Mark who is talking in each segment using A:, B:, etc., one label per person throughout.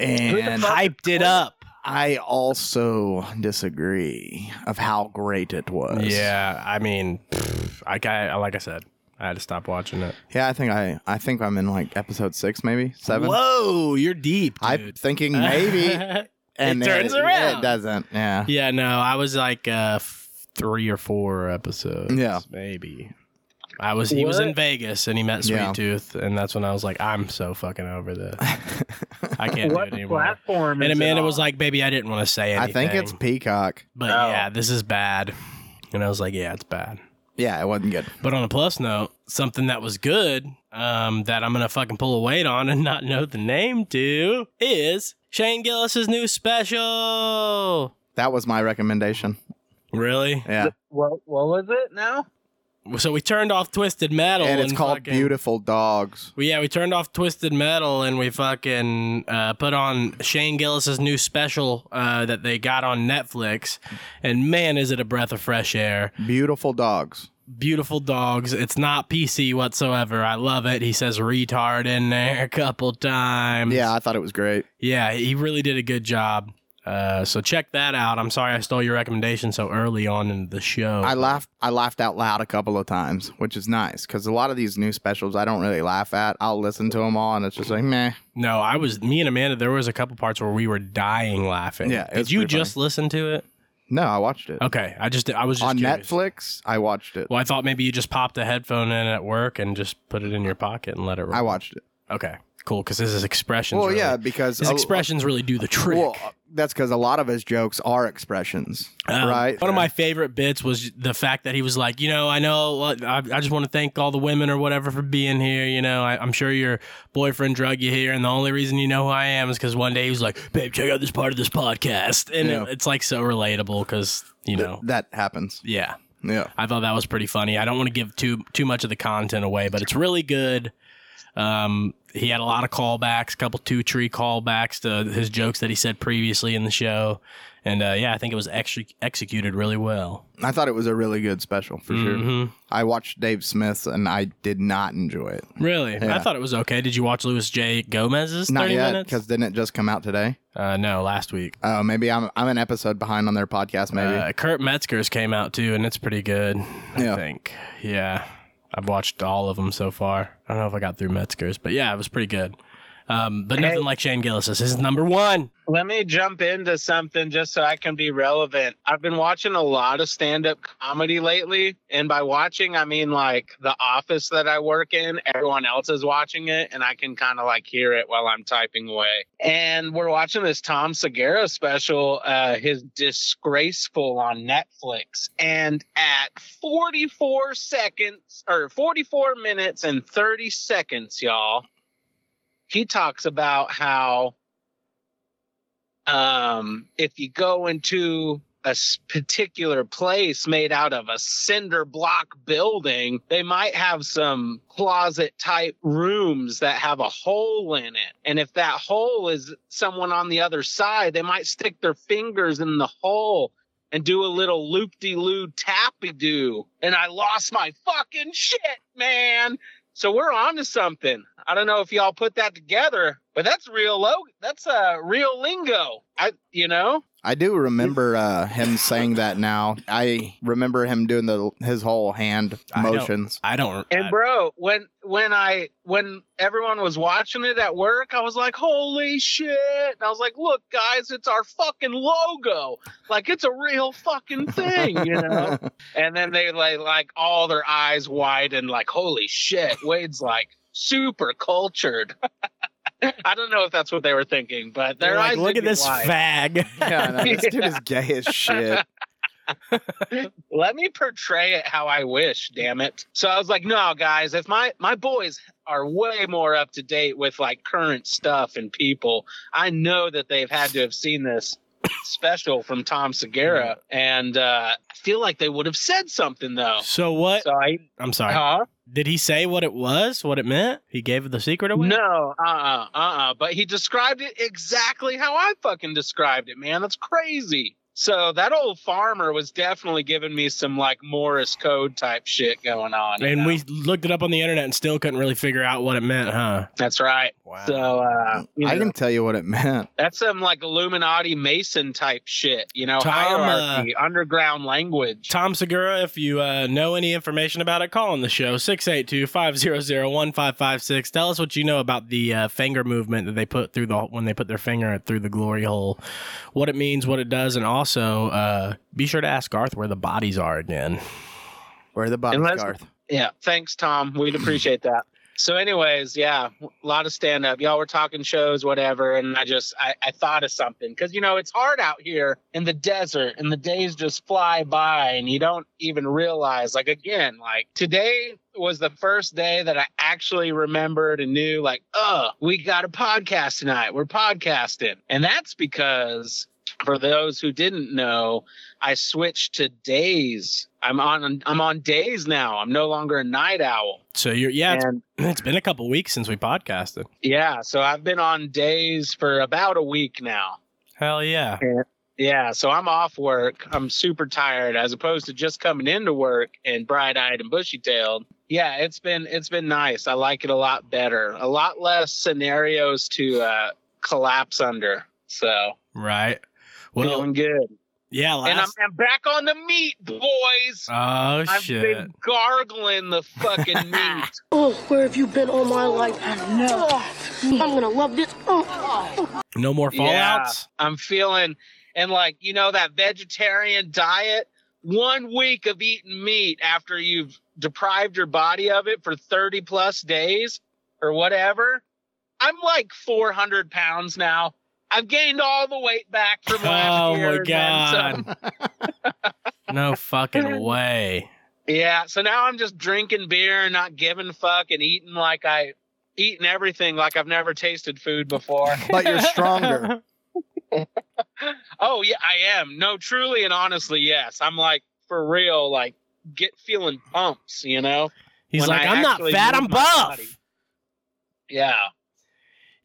A: and
B: fuck-
C: Hyped it up.
A: I also disagree of how great it was.
D: Yeah, I mean, pfft, I, I like I said, I had to stop watching it.
A: yeah. I think I I think I'm in like episode six, maybe seven.
D: Whoa, you're deep,
A: I'm thinking maybe, and
D: turns
A: it,
D: around.
A: It doesn't. Yeah.
D: yeah, no, I was like uh, f- three or four episodes.
A: Yeah.
D: maybe. I was he was
B: What?
D: in Vegas and he met Sweet
A: Yeah.
D: Tooth, and that's when I was like, I'm so fucking over this. I can't do
B: What
D: it anymore.
B: platform?
D: And
B: is it
D: Amanda
B: on?
D: was like, "Baby, I didn't want to say
A: I
D: anything."
A: think it's Peacock.
D: but
B: Oh.
D: yeah, this is bad. And I was like, "Yeah, it's bad."
A: Yeah, it wasn't good.
D: But on a plus note, something that was good um, that I'm gonna fucking pull a weight on and not know the name to is Shane Gillis's new special.
A: That was my recommendation.
D: Really?
A: Yeah,
B: what, what was it now?
D: So we turned off Twisted Metal,
A: and it's called
D: fucking-
A: Beautiful Dogs.
D: Well, yeah, we turned off Twisted Metal and we fucking uh, put on Shane Gillis's new special uh, that they got on Netflix. And man, is it a breath of fresh air.
A: Beautiful Dogs.
D: beautiful dogs. It's not PC whatsoever. I love it. He says retard in there a couple times.
A: Yeah, I thought it was great.
D: Yeah, he really did a good job. Uh, so check that out. I'm sorry I stole your recommendation so early on in the show.
A: I laughed. I laughed out loud a couple of times, which is nice because a lot of these new specials I don't really laugh at. I'll listen to them all, and it's just like meh.
D: No, I was me and Amanda. There was a couple parts where we were dying laughing.
A: Yeah, it
D: did
A: was
D: you
A: pretty funny.
D: just listen to it?
A: No, I watched it
D: Okay, I just I was just
A: on
D: curious.
A: Netflix. I watched it.
D: Well, I thought maybe you just popped a headphone in at work and just put it in your pocket and let it.
A: I
D: Roll.
A: watched it.
D: okay, cool. Because his expressions.
A: Well,
D: really-
A: yeah, because
D: his
A: a-
D: expressions really do the trick.
A: Well, that's because a lot of his jokes are expressions,
D: Um,
A: right?
D: One of my favorite bits was the fact that he was like, you know, I know, uh, I, I just want to thank all the women or whatever for being here. You know, I, I'm sure your boyfriend drug you here, and the only reason you know who I am is because one day he was like, babe, check out this part of this podcast, and it-
A: Yeah.
D: it's like so relatable because you know,
A: that happens.
D: yeah.
A: Yeah,
D: I thought that was pretty funny. I don't want to give too too much of the content away, but it's really good. Um, he had a lot of callbacks, a couple two tree callbacks to his jokes that he said previously in the show, and uh, yeah, I think it was extra executed really well.
A: I thought it was a really good special for sure.
D: Mhm.
A: I watched Dave Smith's, and I did not enjoy it.
D: Really, I
A: Yeah.
D: thought it was okay. Did you watch Louis J. Gomez's
A: Not
D: thirty
A: yet,
D: minutes?
A: because didn't it just come out today?
D: Uh, no, last week.
A: Oh, maybe I'm I'm an episode behind on their podcast. Maybe
D: Uh, Kurt Metzger's came out too, and it's pretty good. I
A: Yeah.
D: think. Yeah, I've watched all of them so far. I don't know if I got through Metzger's, but yeah, it was pretty good. Um, but nothing
B: Hey.
D: like Shane Gillis's. His is number one.
B: Let me jump into something just so I can be relevant. I've been watching a lot of stand up comedy lately. And by watching, I mean like the office that I work in, everyone else is watching it. And I can kind of like hear it while I'm typing away. And we're watching this Tom Segura special, uh, his Disgraceful on Netflix. And at 44 seconds or 44 minutes and 30 seconds, y'all, he talks about how um, if you go into a s- particular place made out of a cinder block building, they might have some closet type rooms that have a hole in it. And if that hole is someone on the other side, they might stick their fingers in the hole and do a little loop de loo tappy doo. And I lost my fucking shit, man. So we're on to something. I don't know if y'all put that together, but that's real low. That's a uh, real lingo. I, you know,
A: I do remember uh, him saying that now. I remember him doing the his whole hand
D: I know.
A: motions.
D: I don't.
B: And
D: I-
B: bro, when when I when everyone was watching it at work, I was like, "Holy shit!" And I was like, "Look, guys, it's our fucking logo. Like, it's a real fucking thing, you know." and then they like like all their eyes widened, like, "Holy shit!" Wade's like super cultured. I don't know if that's what they were thinking, but their
D: they're like,
B: eyes
D: look
B: did
D: at
B: get
D: this
B: wide.
D: fag.
A: yeah, I know. this dude is gay as shit.
B: let me portray it how I wish, damn it. So I was like, no, guys, if my my boys are way more up to date with like current stuff and people, I know that they've had to have seen this special from Tom Segura, and uh, I feel like they would have said something though.
D: So what?
B: Oh. So I,
D: I'm sorry.
B: huh?
D: Did he say what it was? What it meant? He gave the secret away.
B: No, uh, uh-uh, uh, But he described it exactly how I fucking described it, man. That's crazy. So that old farmer was definitely giving me some like Morris code type shit going on. you
D: And
B: know?
D: we looked it up on the internet and still couldn't really figure out what it meant, huh?
B: That's right.
D: Wow.
B: So uh, you
A: I
B: know,
A: can tell you what it meant.
B: that's some like Illuminati Mason type shit, you know,
D: Tom,
B: hierarchy, underground language.
D: Tom Segura, if you uh, know any information about it, call on the show 682 500 1556. Tell us what you know about the uh, finger movement that they put through the when they put their finger through the glory hole, what it means, what it does, and also uh, be sure to ask Garth where the bodies are again.
A: Where the body,
B: Unless-
A: Garth?
B: yeah, thanks, Tom. We'd appreciate that. So, anyways, yeah, a lot of stand up. Y'all were talking shows, whatever, and I just I, I thought of something because you know it's hard out here in the desert, and the days just fly by, and you don't even realize. Like again, like today was the first day that I actually remembered and knew, like, oh, we got a podcast tonight. We're podcasting, and that's because for those who didn't know, I switched to days. I'm on I'm on days now. I'm no longer a night owl.
D: So you're yeah, it's,
B: and
D: it's been a couple weeks since we podcasted.
B: yeah, so I've been on days for about a week now.
D: Hell yeah.
B: Yeah, so I'm off work. I'm super tired as opposed to just coming into work and bright-eyed and bushy-tailed. Yeah, it's been it's been nice. I like it a lot better. A lot less scenarios to uh collapse under. So,
D: Right. Well,
B: feeling good.
D: yeah,
B: And I'm,
D: last
B: I'm back on the meat, boys.
D: Oh
B: I've
D: shit.
B: been gargling the fucking meat.
E: Oh, where have you been all my life? I know. I'm gonna love this. Oh.
D: No more
B: Yeah.
D: fallouts.
B: I'm feeling and like you know that vegetarian diet, one week of eating meat after you've deprived your body of it for 30 plus days or whatever. I'm like 400 pounds now. I've gained all the weight back from last
D: Oh
B: year.
D: my
B: and then some.
D: god. no fucking way.
B: Yeah, so now I'm just drinking beer and not giving a fuck and eating like I eating everything like I've never tasted food before.
A: But you're stronger.
B: Oh yeah, I am. No, truly and honestly, yes. I'm like for real, like get feeling pumps, you know?
D: He's
B: When
D: like,
B: I
D: I'm not
B: actually
D: fat,
B: move
D: I'm
B: my
D: buff.
B: body. Yeah.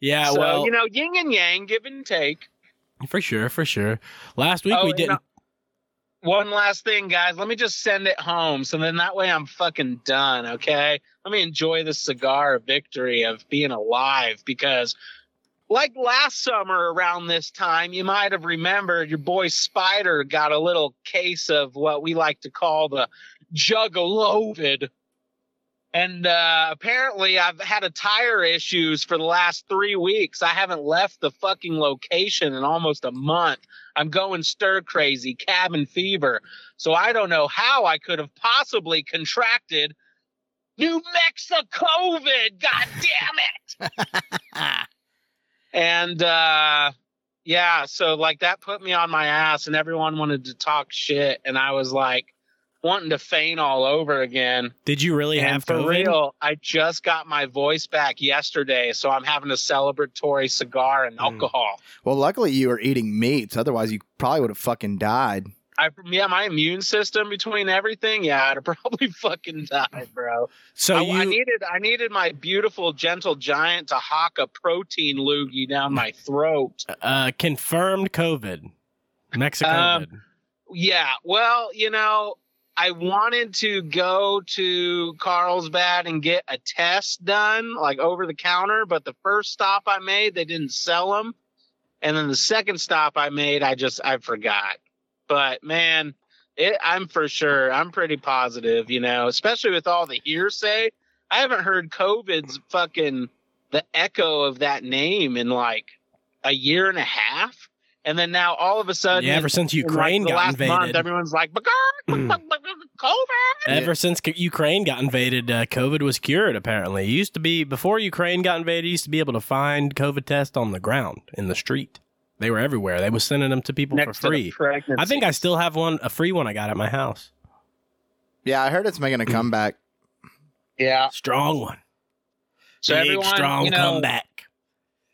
D: Yeah,
B: so
D: well,
B: you know, yin and yang, give and take.
D: for sure, for sure. Last week
B: Oh,
D: we
B: and,
D: didn't.
B: uh, One last thing, guys. Let me just send it home. So then that way I'm fucking done, okay? Let me enjoy the cigar of victory of being alive because like last summer around this time, you might have remembered your boy Spider got a little case of what we like to call the juggalovid. And uh, apparently, I've had a tire issues for the last three weeks. I haven't left the fucking location in almost a month. I'm going stir crazy, cabin fever. So I don't know how I could have possibly contracted New Mexico COVID. God damn it!
A: Ah.
B: And uh yeah, so like that put me on my ass and everyone wanted to talk shit and I was like wanting to faint all over again.
D: Did you really
B: and
D: have
B: for
D: COVID?
B: real, I just got my voice back yesterday, so I'm having a celebratory cigar and
D: Mm.
B: alcohol.
A: well, luckily you were eating meats. Otherwise, you probably would have fucking died.
B: I yeah, my immune system between everything, yeah, I'd have probably fucking died, bro.
D: So
B: Oh, I,
D: you,
B: I needed I needed my beautiful gentle giant to hawk a protein loogie down my throat.
D: uh, confirmed COVID, Mexico.
B: Um, Yeah, well, you know, I wanted to go to Carlsbad and get a test done, like over the counter, but the first stop I made, they didn't sell them. And then the second stop I made, I just I forgot. But man, it, I'm for sure, I'm pretty positive, you know, especially with all the hearsay. I haven't heard COVID's fucking the echo of that name in like a year and a half. And then now all of a sudden
D: yeah, ever since
B: in, like,
D: Ukraine
B: the
D: got
B: last
D: invaded, Hmm.
B: month, everyone's like, "Bagar, bagar, bagar, COVID.
D: Ever since c- Ukraine got invaded, uh, COVID was cured. Apparently, it used to be before Ukraine got invaded, you used to be able to find COVID tests on the ground in the street. They were everywhere. They was sending them to people
B: Next
D: for free.
B: to the pregnancy.
D: I think I still have one, a free one I got at my house.
A: Yeah, I heard it's making a comeback.
B: yeah.
D: Strong one,
B: Uh, So
D: big
B: everyone,
D: strong
B: you know,
D: comeback.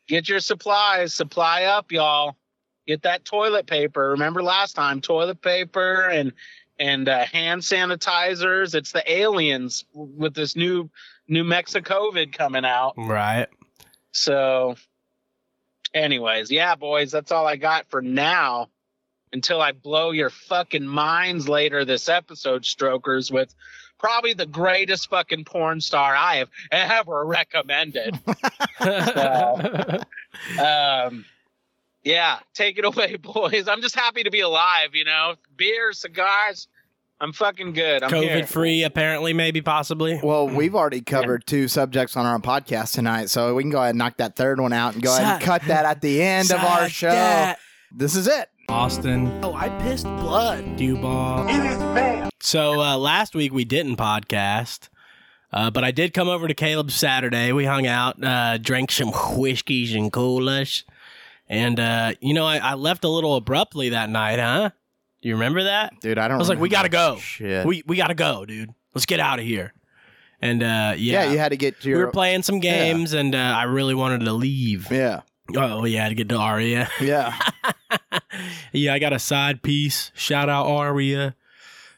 B: get your supplies, supply up, y'all. Get that toilet paper. Remember last time, toilet paper and and uh, hand sanitizers. It's the aliens with this new New Mexico COVID coming out.
D: Right.
B: So, anyways, yeah, boys, that's all I got for now. Until I blow your fucking minds later this episode, Strokers, with probably the greatest fucking porn star I have ever recommended. um, yeah, take it away, boys. I'm just happy to be alive, you know? Beer, cigars. I'm fucking good. I'm here.
D: COVID free, apparently, maybe, possibly.
A: Well, we've already covered two subjects on our podcast tonight, so we can go ahead and knock that third one out and go ahead and
D: Suck.
A: cut that at the end of our
D: Suck
A: show.
D: that.
A: This is it.
D: Austin,
C: Oh, I pissed blood.
D: Dubon. So uh, last week we didn't podcast, uh, but I did come over to Caleb Saturday. We hung out, uh, drank some whiskeys and coolers, and uh, you know I, I left a little abruptly that night, huh? Do you remember that?
A: Dude, I don't
D: I was like, we gotta
A: remember
D: go.
A: Oh, Shit.
D: We we gotta go, dude. Let's get out of here. And uh,
A: yeah.
D: yeah,
A: you had to get to
D: we
A: your
D: were playing some games, and uh, I really wanted to leave.
A: Yeah.
D: Oh yeah, I had to get to Aria.
A: Yeah.
D: yeah, I got a side piece. Shout out Aria.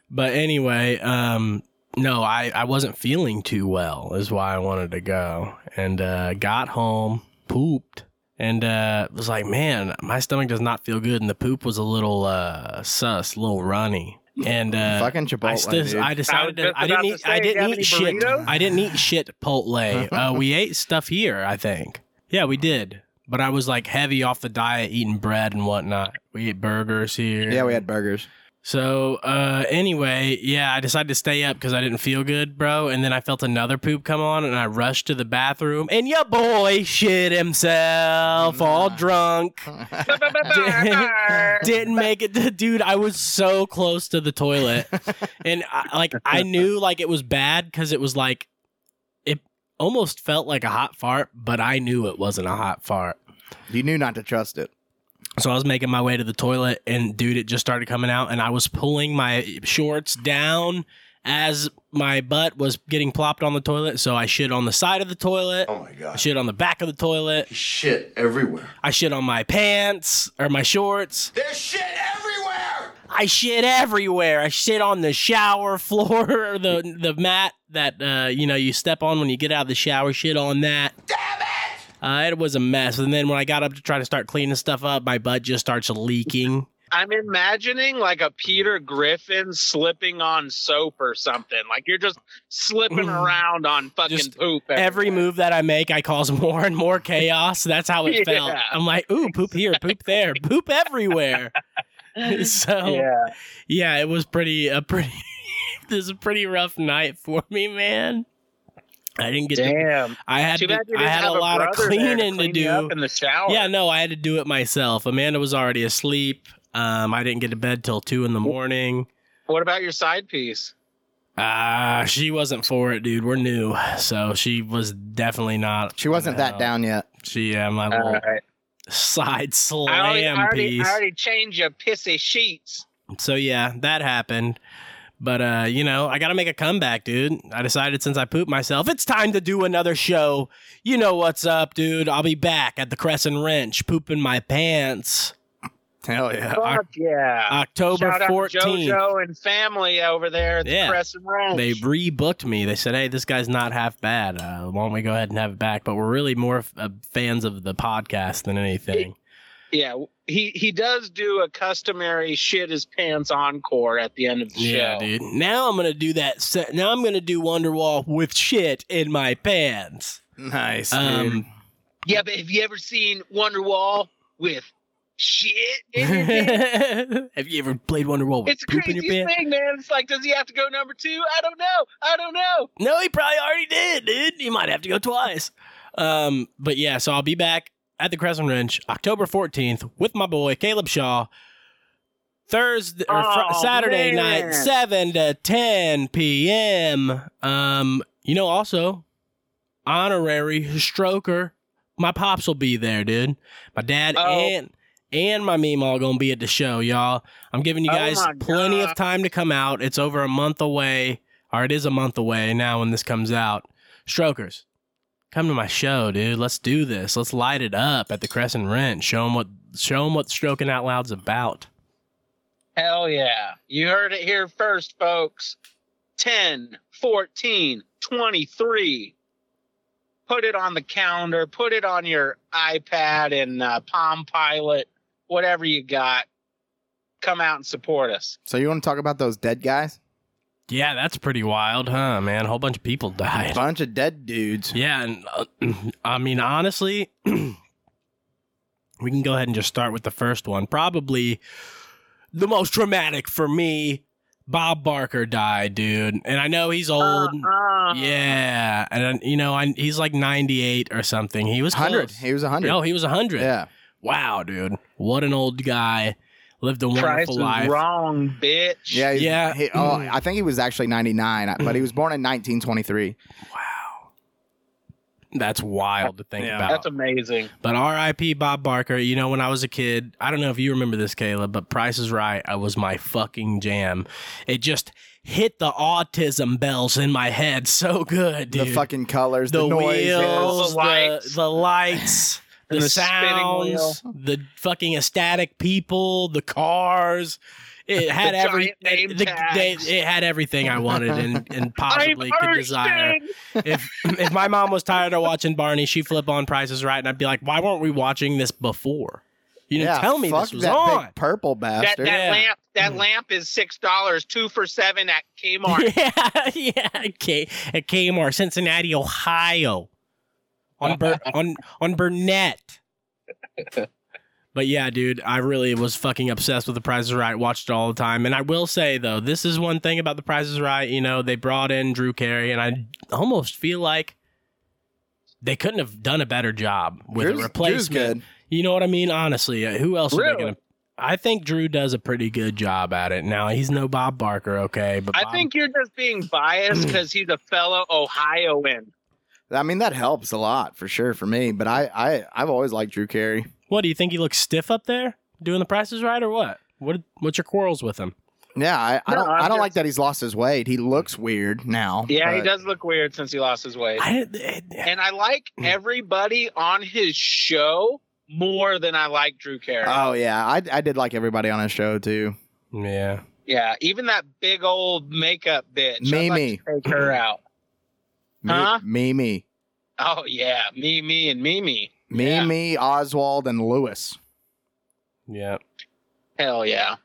D: But anyway, um, no, I, I wasn't feeling too well, is why I wanted to go. And uh, got home, pooped, and uh, was like, man, my stomach does not feel good. And the poop was a little uh, sus, a little runny. And uh,
A: Fucking Chipotle.
D: I, stis-
A: dude.
D: I decided
B: I was
D: to,
B: just
D: I
B: about
D: didn't
B: to
D: eat.
B: say,
D: I
B: do you have
D: didn't
B: any
D: eat shit.
B: burritos?
D: I didn't eat shit. Chipotle. Uh, we ate stuff here. I think. Yeah, we did. But I was like heavy off the diet, eating bread and whatnot. We ate burgers here.
A: yeah, we had burgers.
D: So uh, anyway, yeah, I decided to stay up because I didn't feel good, bro. And then I felt another poop come on, and I rushed to the bathroom, and your boy shit himself, all
A: Nah.
D: drunk.
B: Bye-bye.
D: didn't make it to, dude i was so close to the toilet and I, like i knew like it was bad because it was like it almost felt like a hot fart but i knew it wasn't a hot fart
A: You knew not to trust it.
D: so i was making my way to the toilet and dude it just started coming out and i was pulling my shorts down as my butt was getting plopped on the toilet so i shit on the side of the toilet
F: Oh my
D: I
F: god.
D: shit on the back of the toilet
F: Shit everywhere.
D: i shit on my pants or my shorts
F: There's shit everywhere!
D: I shit everywhere. I shit on the shower floor, or the the mat that uh, you know you step on when you get out of the shower. Shit on that. Damn it! Uh, it was a mess. And then when I got up to try to start cleaning stuff up, my butt just starts leaking.
B: I'm imagining like
D: Mm-hmm.
B: a Peter Griffin slipping on soap or something. Like you're just slipping around on fucking
D: Just
B: poop.
D: Every move that I make, I cause more and more chaos. That's how it felt.
B: Yeah.
D: I'm like, ooh, poop here, poop there, poop everywhere. so
B: Yeah.
D: yeah, it was pretty a pretty. this is a pretty rough night for me, man. I didn't get to
B: Damn.
D: I had
B: Too
D: to,
B: bad you
D: I
B: didn't
D: had
B: have
D: a lot of
B: brother there
D: cleaning to,
B: clean you
D: do.
B: up in the shower.
D: yeah, no, I had to do it myself. Amanda was already asleep. Um, I didn't get to bed till two in the morning.
B: What about your side piece?
D: Ah, she wasn't for it, dude. We're new, so she was definitely not.
A: She wasn't that
D: No.
A: down yet.
D: She, yeah, my little side
B: I Uh, already, I,
D: slam
B: already,
D: Oh, piece.
B: I already changed your pissy sheets.
D: So yeah, that happened. But uh, you know, I gotta make a comeback, dude. I decided since I pooped myself, it's time to do another show. You know what's up, dude. I'll be back at the Crescent Wrench pooping my pants.
A: Hell yeah.
B: Fuck yeah.
D: Uh, October
B: Shout out
D: 14th.
B: JoJo and family over there at
D: Yeah.
B: the Crescent Ranch.
D: They rebooked me. They said, "Hey, this guy's not half bad. Uh, why don't we go ahead and have it back?" But we're really more f- uh, fans of the podcast than anything.
B: yeah, he he does do a customary shit his pants encore at the end of the
D: Yeah,
B: show.
D: dude. Now I'm gonna do that. Se- now I'm gonna do Wonderwall with shit in my pants.
A: Nice.
D: Um,
B: Yeah, but have you ever seen Wonderwall with shit in your pants?
D: have you ever played Wonderwall with
B: It's a
D: poop in your
B: crazy thing,
D: pants?
B: man. It's like, does he have to go number two? I don't know. I don't know.
D: No, he probably already did, dude. You might have to go twice. Um, but yeah, so I'll be back at the Crescent Ranch October 14th with my boy Caleb Shaw. Thursday or fr-
B: Oh,
D: Saturday
B: man.
D: night, 7 to 10 p.m. Um, you know, also, honorary stroker. My pops will be there, dude. My dad
B: Oh.
D: and and my meme all gonna be at the show, y'all. I'm giving you
B: Oh
D: guys
B: my
D: plenty of
B: God.
D: time to come out. It's over a month away, or it is a month away now when this comes out. Strokers, come to my show, dude. Let's do this. Let's light it up at the Crescent Rent. Show them what show 'em what stroking out loud's about.
B: Hell yeah. You heard it here first, folks. 10, 14, 23. Put it on the calendar, put it on your iPad and uh, Palm Pilot, whatever you got. Come out and support us.
A: so you want to talk about those dead guys?
D: Yeah, that's pretty wild, huh, man? A whole bunch of people died.
A: Bunch of dead dudes.
D: Yeah, and uh, I mean honestly, we can go ahead and just start with the first one. Probably the most traumatic for me. Bob Barker died, dude, and I know he's old.
B: Uh-uh.
D: yeah, and uh, you know, I, he's like ninety-eight or something. He was
A: Hundred.
D: close.
A: He was a hundred.
D: No, he was hundred.
A: yeah.
D: Wow, dude, what an old guy. Lived a
B: Price
D: wonderful
B: is
D: life.
B: wrong, bitch.
A: Yeah. he-
D: Yeah. Mm.
A: He, oh, I think he was actually 99, but he was born in 1923.
D: Wow, that's wild to think
A: Yeah.
D: about.
B: That's amazing.
D: But R.I.P. Bob Barker. You know, when I was a kid, I don't know if you remember this, Caleb, but Price is Right I was my fucking jam. It just hit the autism bells in my head so good, dude.
A: The fucking colors, the,
D: the,
A: noises.
B: The
D: wheels,
B: lights.
D: the lights, the, lights, the,
B: And the spinning wheel.
D: sounds, the fucking ecstatic people, the cars. It had every
B: giant name
D: it, the- they-
B: tags.
D: it had everything I wanted and, and possibly
B: I'm
D: could
B: Ernst
D: desire
B: Bing.
D: if if my mom was tired of watching Barney, she'd flip on Price is Right, and I'd be like, "Why weren't we watching this before? You didn't
A: Yeah,
D: tell me
A: fuck
D: this was
A: that
D: on."
A: big purple
B: That,
A: bastard.
B: that
D: Yeah.
B: lamp, that lamp is six dollars, two for seven at Kmart.
D: yeah, yeah. Okay, at Kmart, Cincinnati, Ohio, on Bur- on on Burnett. But yeah, dude, I really was fucking obsessed with The Price is Right. Watched it all the time, and I will say though, this is one thing about The Price is Right. You know, they brought in Drew Carey, and I almost feel like they couldn't have done a better job with
A: Drew's-
D: a
A: Drew's
D: replacement.
A: good.
D: You know what I mean? Honestly, uh, who else are
B: Really?
D: they gonna? I think Drew does a pretty good job at it. Now he's no Bob Barker, okay, but
B: I
D: Bob-
B: think you're just being biased because he's a fellow Ohioan.
A: I mean, that helps a lot for sure for me. But I, I, I've always liked Drew Carey.
D: What do you think he looks stiff up there doing the prices right, or what? What what's your quarrels with him?
A: Yeah, I, I
B: No,
A: don't,
B: I'm
A: I don't
B: just-
A: like that he's lost his weight. He looks weird now.
B: Yeah, he
A: but-
B: does look weird since he lost his weight.
D: I, didn't-
B: and I like everybody on his show more than I like Drew Carey.
A: Oh yeah, I, I did like everybody on his show too.
D: yeah,
B: yeah, even that big old makeup bitch. I'd
A: Mimi.
B: like to take her out.
A: Me,
B: Huh?
A: Mimi,
B: Oh yeah, me, me, and Mimi. Yeah.
A: Mimi, Oswald, and Lewis.
D: yeah.
B: Hell yeah.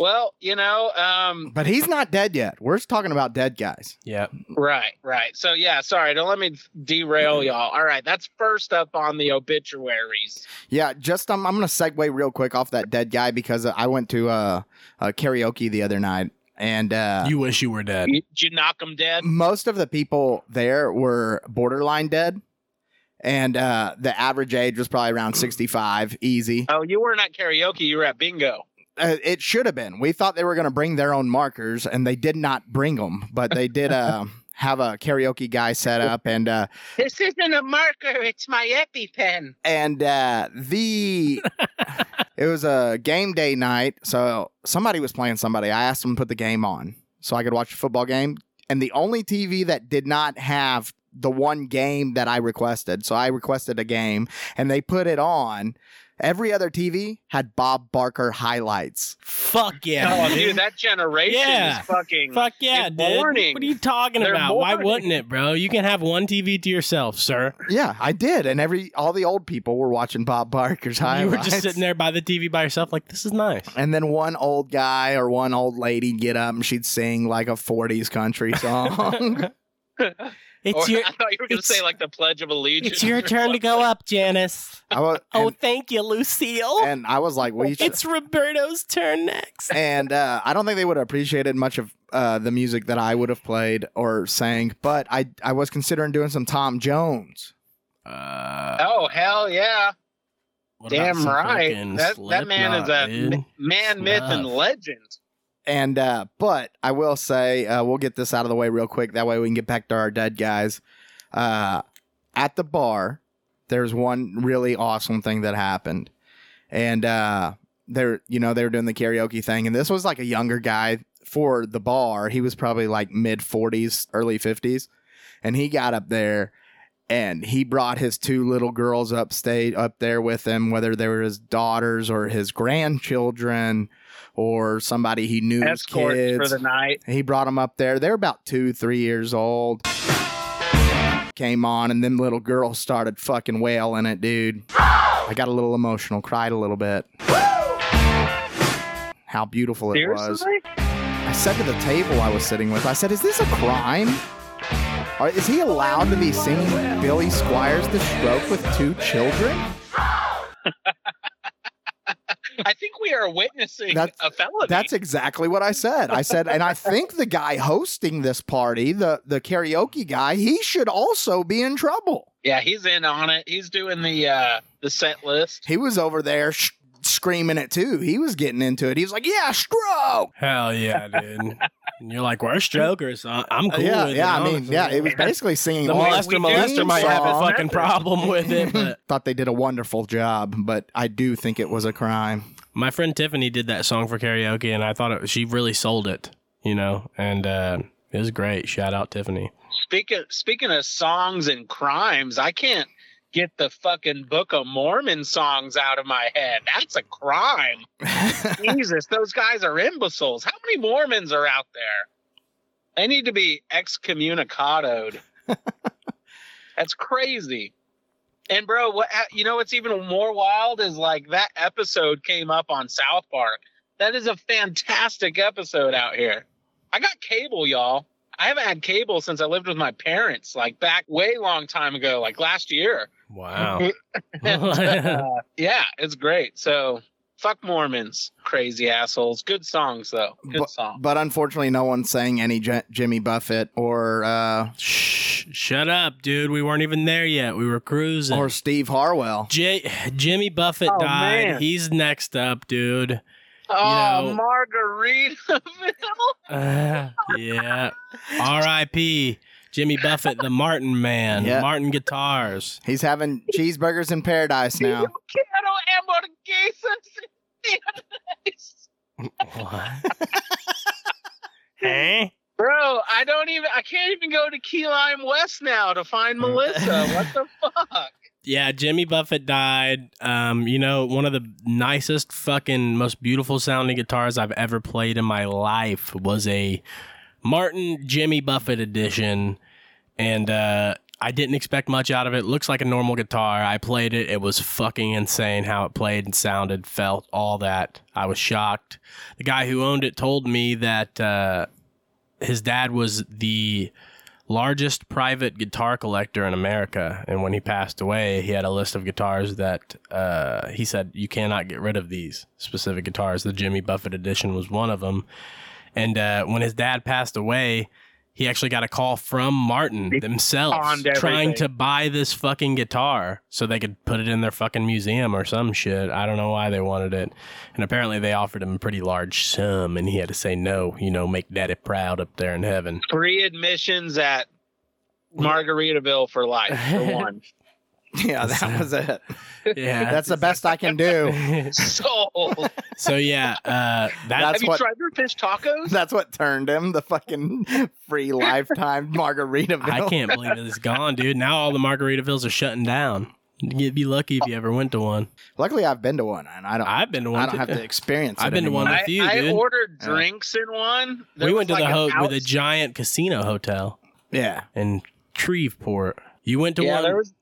B: Well, you know, um,
A: But he's not dead yet. We're just talking about dead guys.
D: Yeah,
B: right, right. So yeah, sorry, don't let me
D: Mm-hmm.
B: derail y'all. All right, that's first up on the obituaries.
A: Yeah, just um, I'm gonna segue real quick off that dead guy because I went to uh, uh karaoke the other night and uh,
D: you wish you were dead.
B: Did you knock him dead?
A: most of the people there were borderline dead, and uh, the average age was probably around 65, easy.
B: Oh, you weren't at karaoke. You were at bingo.
A: Uh, it should have been. We thought they were going to bring their own markers, and they did not bring them, but they did uh, have a karaoke guy set up, and uh,
B: This isn't a marker. It's my EpiPen.
A: and uh, the it was a game day night, so somebody was playing somebody. I asked them to put the game on so I could watch the football game, and the only TV that did not have the one game that I requested, so I requested a game, and they put it on. Every other TV had Bob Barker highlights.
D: Fuck yeah.
B: Oh, dude, that generation
D: Yeah.
B: is fucking.
D: Fuck yeah, dude.
B: They're mourning.
D: What are you talking
B: They're
D: about? Why
B: mourning.
D: wouldn't it, bro? You can have one TV to yourself, sir.
A: Yeah, I did, and every all the old people were watching Bob Barker's
D: You
A: highlights.
D: were just sitting there by the TV by yourself, like this is nice.
A: And then one old guy or one old lady'd get up and she'd sing like a 40s country song.
D: It's
B: or-
D: your
B: I thought you were going to
D: it's-
B: say like the Pledge of Allegiance.
D: it's your turn to go up, Janice.
A: I was,
D: Oh,
A: and,
D: thank you, Lucille.
A: and I was like, we should.
D: It's Roberto's turn next.
A: And uh, I don't think they would have appreciated much of uh, the music that I would have played or sang, but I, I was considering doing some Tom Jones.
B: Oh hell yeah!
D: What about
B: Damn
D: some
B: right.
D: fucking
B: That that man is
D: Slipknot,
B: a
D: dude?
B: m- man, myth, and
D: Love.
B: legend.
A: And uh, but I will say uh, we'll get this out of the way real quick. That way we can get back to our dead guys. Uh, at the bar, there's one really awesome thing that happened, and uh, they're you know they were doing the karaoke thing, and this was like a younger guy for the bar. He was probably like mid 40s, early 50s, and he got up there. And he brought his two little girls up stayed up there with him, whether they were his daughters or his grandchildren or somebody he knew was
B: Escort
A: kids.
B: for the night.
A: He brought them up there. They're about two, three years old. Came on, and them little girls started fucking wailing it, dude. I got a little emotional, cried a little bit. How beautiful it was.
B: Seriously?
A: I said to the table I was sitting with, I said, Is this a crime? Or is he allowed to be singing Billy Squires the Stroke with two children?
B: I think we are witnessing
A: That's-
B: a felony.
A: That's exactly what I said. I said, and I think the guy hosting this party, the the karaoke guy, he should also be in trouble.
B: yeah, he's in on it. He's doing the uh the set list.
A: He was over there sh- screaming it too. He was getting into it. He was like, "Yeah, stroke."
D: Hell yeah, dude. and you're like, we're strokers. I- I'm cool
A: Uh, yeah,
D: with it.
A: yeah. I mean,
D: honestly.
A: yeah. It was basically singing
D: the
A: Mark
D: molester
B: we
A: Lee's
D: molester might have a
A: song.
D: fucking problem with it, but
A: Thought they did a wonderful job, but I do think it was a crime.
D: my friend Tiffany did that song for karaoke, and I thought it, she really sold it, you know, and uh, it was great. Shout out Tiffany.
B: Speaking speaking of songs and crimes, I can't get the fucking Book of Mormon songs out of my head. That's a crime. Jesus, those guys are imbeciles. How many Mormons are out there? They need to be excommunicadoed. That's crazy. And bro, what uh, you know what's even more wild is like that episode came up on South Park. That is a fantastic episode out here. I got cable, y'all. I haven't had cable since I lived with my parents, like back way long time ago, like last year.
D: Wow.
B: Yeah, it's great. So fuck Mormons, crazy assholes. Good songs though. Good
A: But-
B: song.
A: But unfortunately, no one sang any J- Jimmy Buffett or uh,
D: Shh, shut up, dude. We weren't even there yet. We were cruising.
A: or Steve Harwell.
D: J- Jimmy Buffett
B: Oh,
D: died.
B: man.
D: He's next up, dude.
B: Oh,
D: know-
B: Margaritaville.
D: Uh, yeah. R.I.P. Jimmy Buffett, the Martin man,
A: Yeah.
D: Martin Guitars.
A: He's having cheeseburgers in paradise now.
B: Quiero hamburguesas.
D: What? hey?
B: Bro, I don't even. I can't even go to Key Lime West now to find Melissa. What the fuck?
D: Yeah, Jimmy Buffett died. Um, you know, one of the nicest, fucking, most beautiful sounding guitars I've ever played in my life was a Martin Jimmy Buffett edition, and uh, I didn't expect much out of it. Looks like a normal guitar. I played it. It was fucking insane how it played and sounded, felt all that. I was shocked. The guy who owned it told me that uh, his dad was the largest private guitar collector in America. And when he passed away, he had a list of guitars that uh, he said you cannot get rid of these specific guitars. The Jimmy Buffett edition was one of them. And uh, when his dad passed away, he actually got a call from Martin themselves
B: pawned everything.
D: trying to buy this fucking guitar so they could put it in their fucking museum or some shit. I don't know why they wanted it. And apparently they offered him a pretty large sum and he had to say no, you know, make daddy proud up there in heaven.
B: Three admissions at Margaritaville for life. For one.
A: Yeah, that was it.
D: Yeah.
A: That's the best I can do.
B: Sold.
D: So yeah, uh, that,
A: That's
B: Have you
A: what-
B: tried their fish tacos?
A: That's what turned him the fucking free lifetime margarita.
D: I can't believe it's gone, dude. Now all the Margaritavilles are shutting down. You'd be lucky if you ever went to one.
A: Luckily, I've been to one, and I don't. I,
D: I've been to one.
A: don't
D: too.
A: have to experience.
D: I've
A: it
D: been to one
A: anymore.
B: I,
D: with you,
B: I
D: dude.
B: ordered
A: Yeah.
B: drinks in one.
D: we
B: There
D: went to
B: was
D: the
B: like
D: ho-
B: an
D: with a
B: outs-
D: giant casino hotel
A: yeah,
D: in Shreveport. You went to
B: yeah,
D: one.
B: there was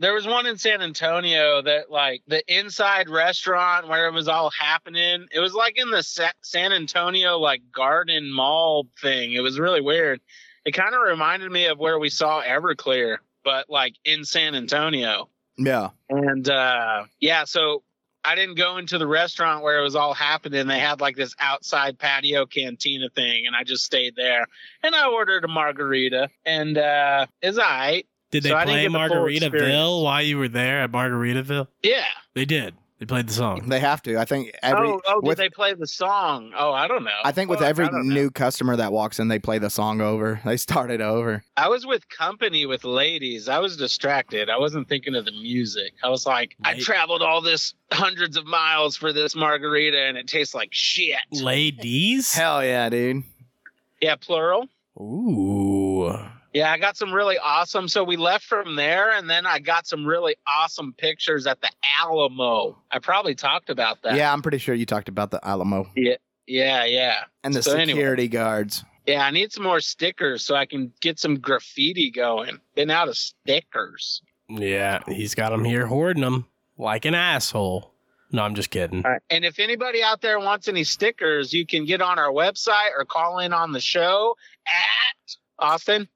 B: there was one in San Antonio that like the inside restaurant where it was all happening. It was like in the Sa- San Antonio like garden mall thing. It was really weird. It kind of reminded me of where we saw Everclear, but like in San Antonio.
A: yeah.
B: And uh yeah, so I didn't go into the restaurant where it was all happening. They had like this outside patio cantina thing and I just stayed there. And I ordered a margarita and uh it's all right.
D: Did they
B: so I didn't
D: play
B: get the full
D: Margaritaville
B: experience.
D: while you were there at Margaritaville?
B: Yeah.
D: They did. They played the song.
A: They have to. I think every.
B: oh, oh,
A: with,
B: did they play the song? Oh, I don't know.
A: I think with
B: Fuck,
A: every
B: I don't know.
A: new customer that walks in, they play the song over. They start it over.
B: I was with company with ladies. I was distracted. I wasn't thinking of the music. I was like, I
D: Late-
B: traveled all this hundreds of miles for this margarita, and it tastes like shit.
D: Ladies.
A: Hell yeah, dude.
B: Yeah, plural.
D: Ooh.
B: Yeah, I got some really awesome. So we left from there, and then I got some really awesome pictures at the Alamo. I probably talked about that.
A: Yeah, I'm pretty sure you talked about the Alamo
B: yeah, yeah.
A: and the
B: So anyway.
A: security guards.
B: Yeah, I need some more stickers so I can get some graffiti going. Been out of stickers.
D: Yeah, he's got him here hoarding them like an asshole. No, I'm just kidding.
B: All right. And if anybody out there wants any stickers, you can get on our website or call in on the show at Austin.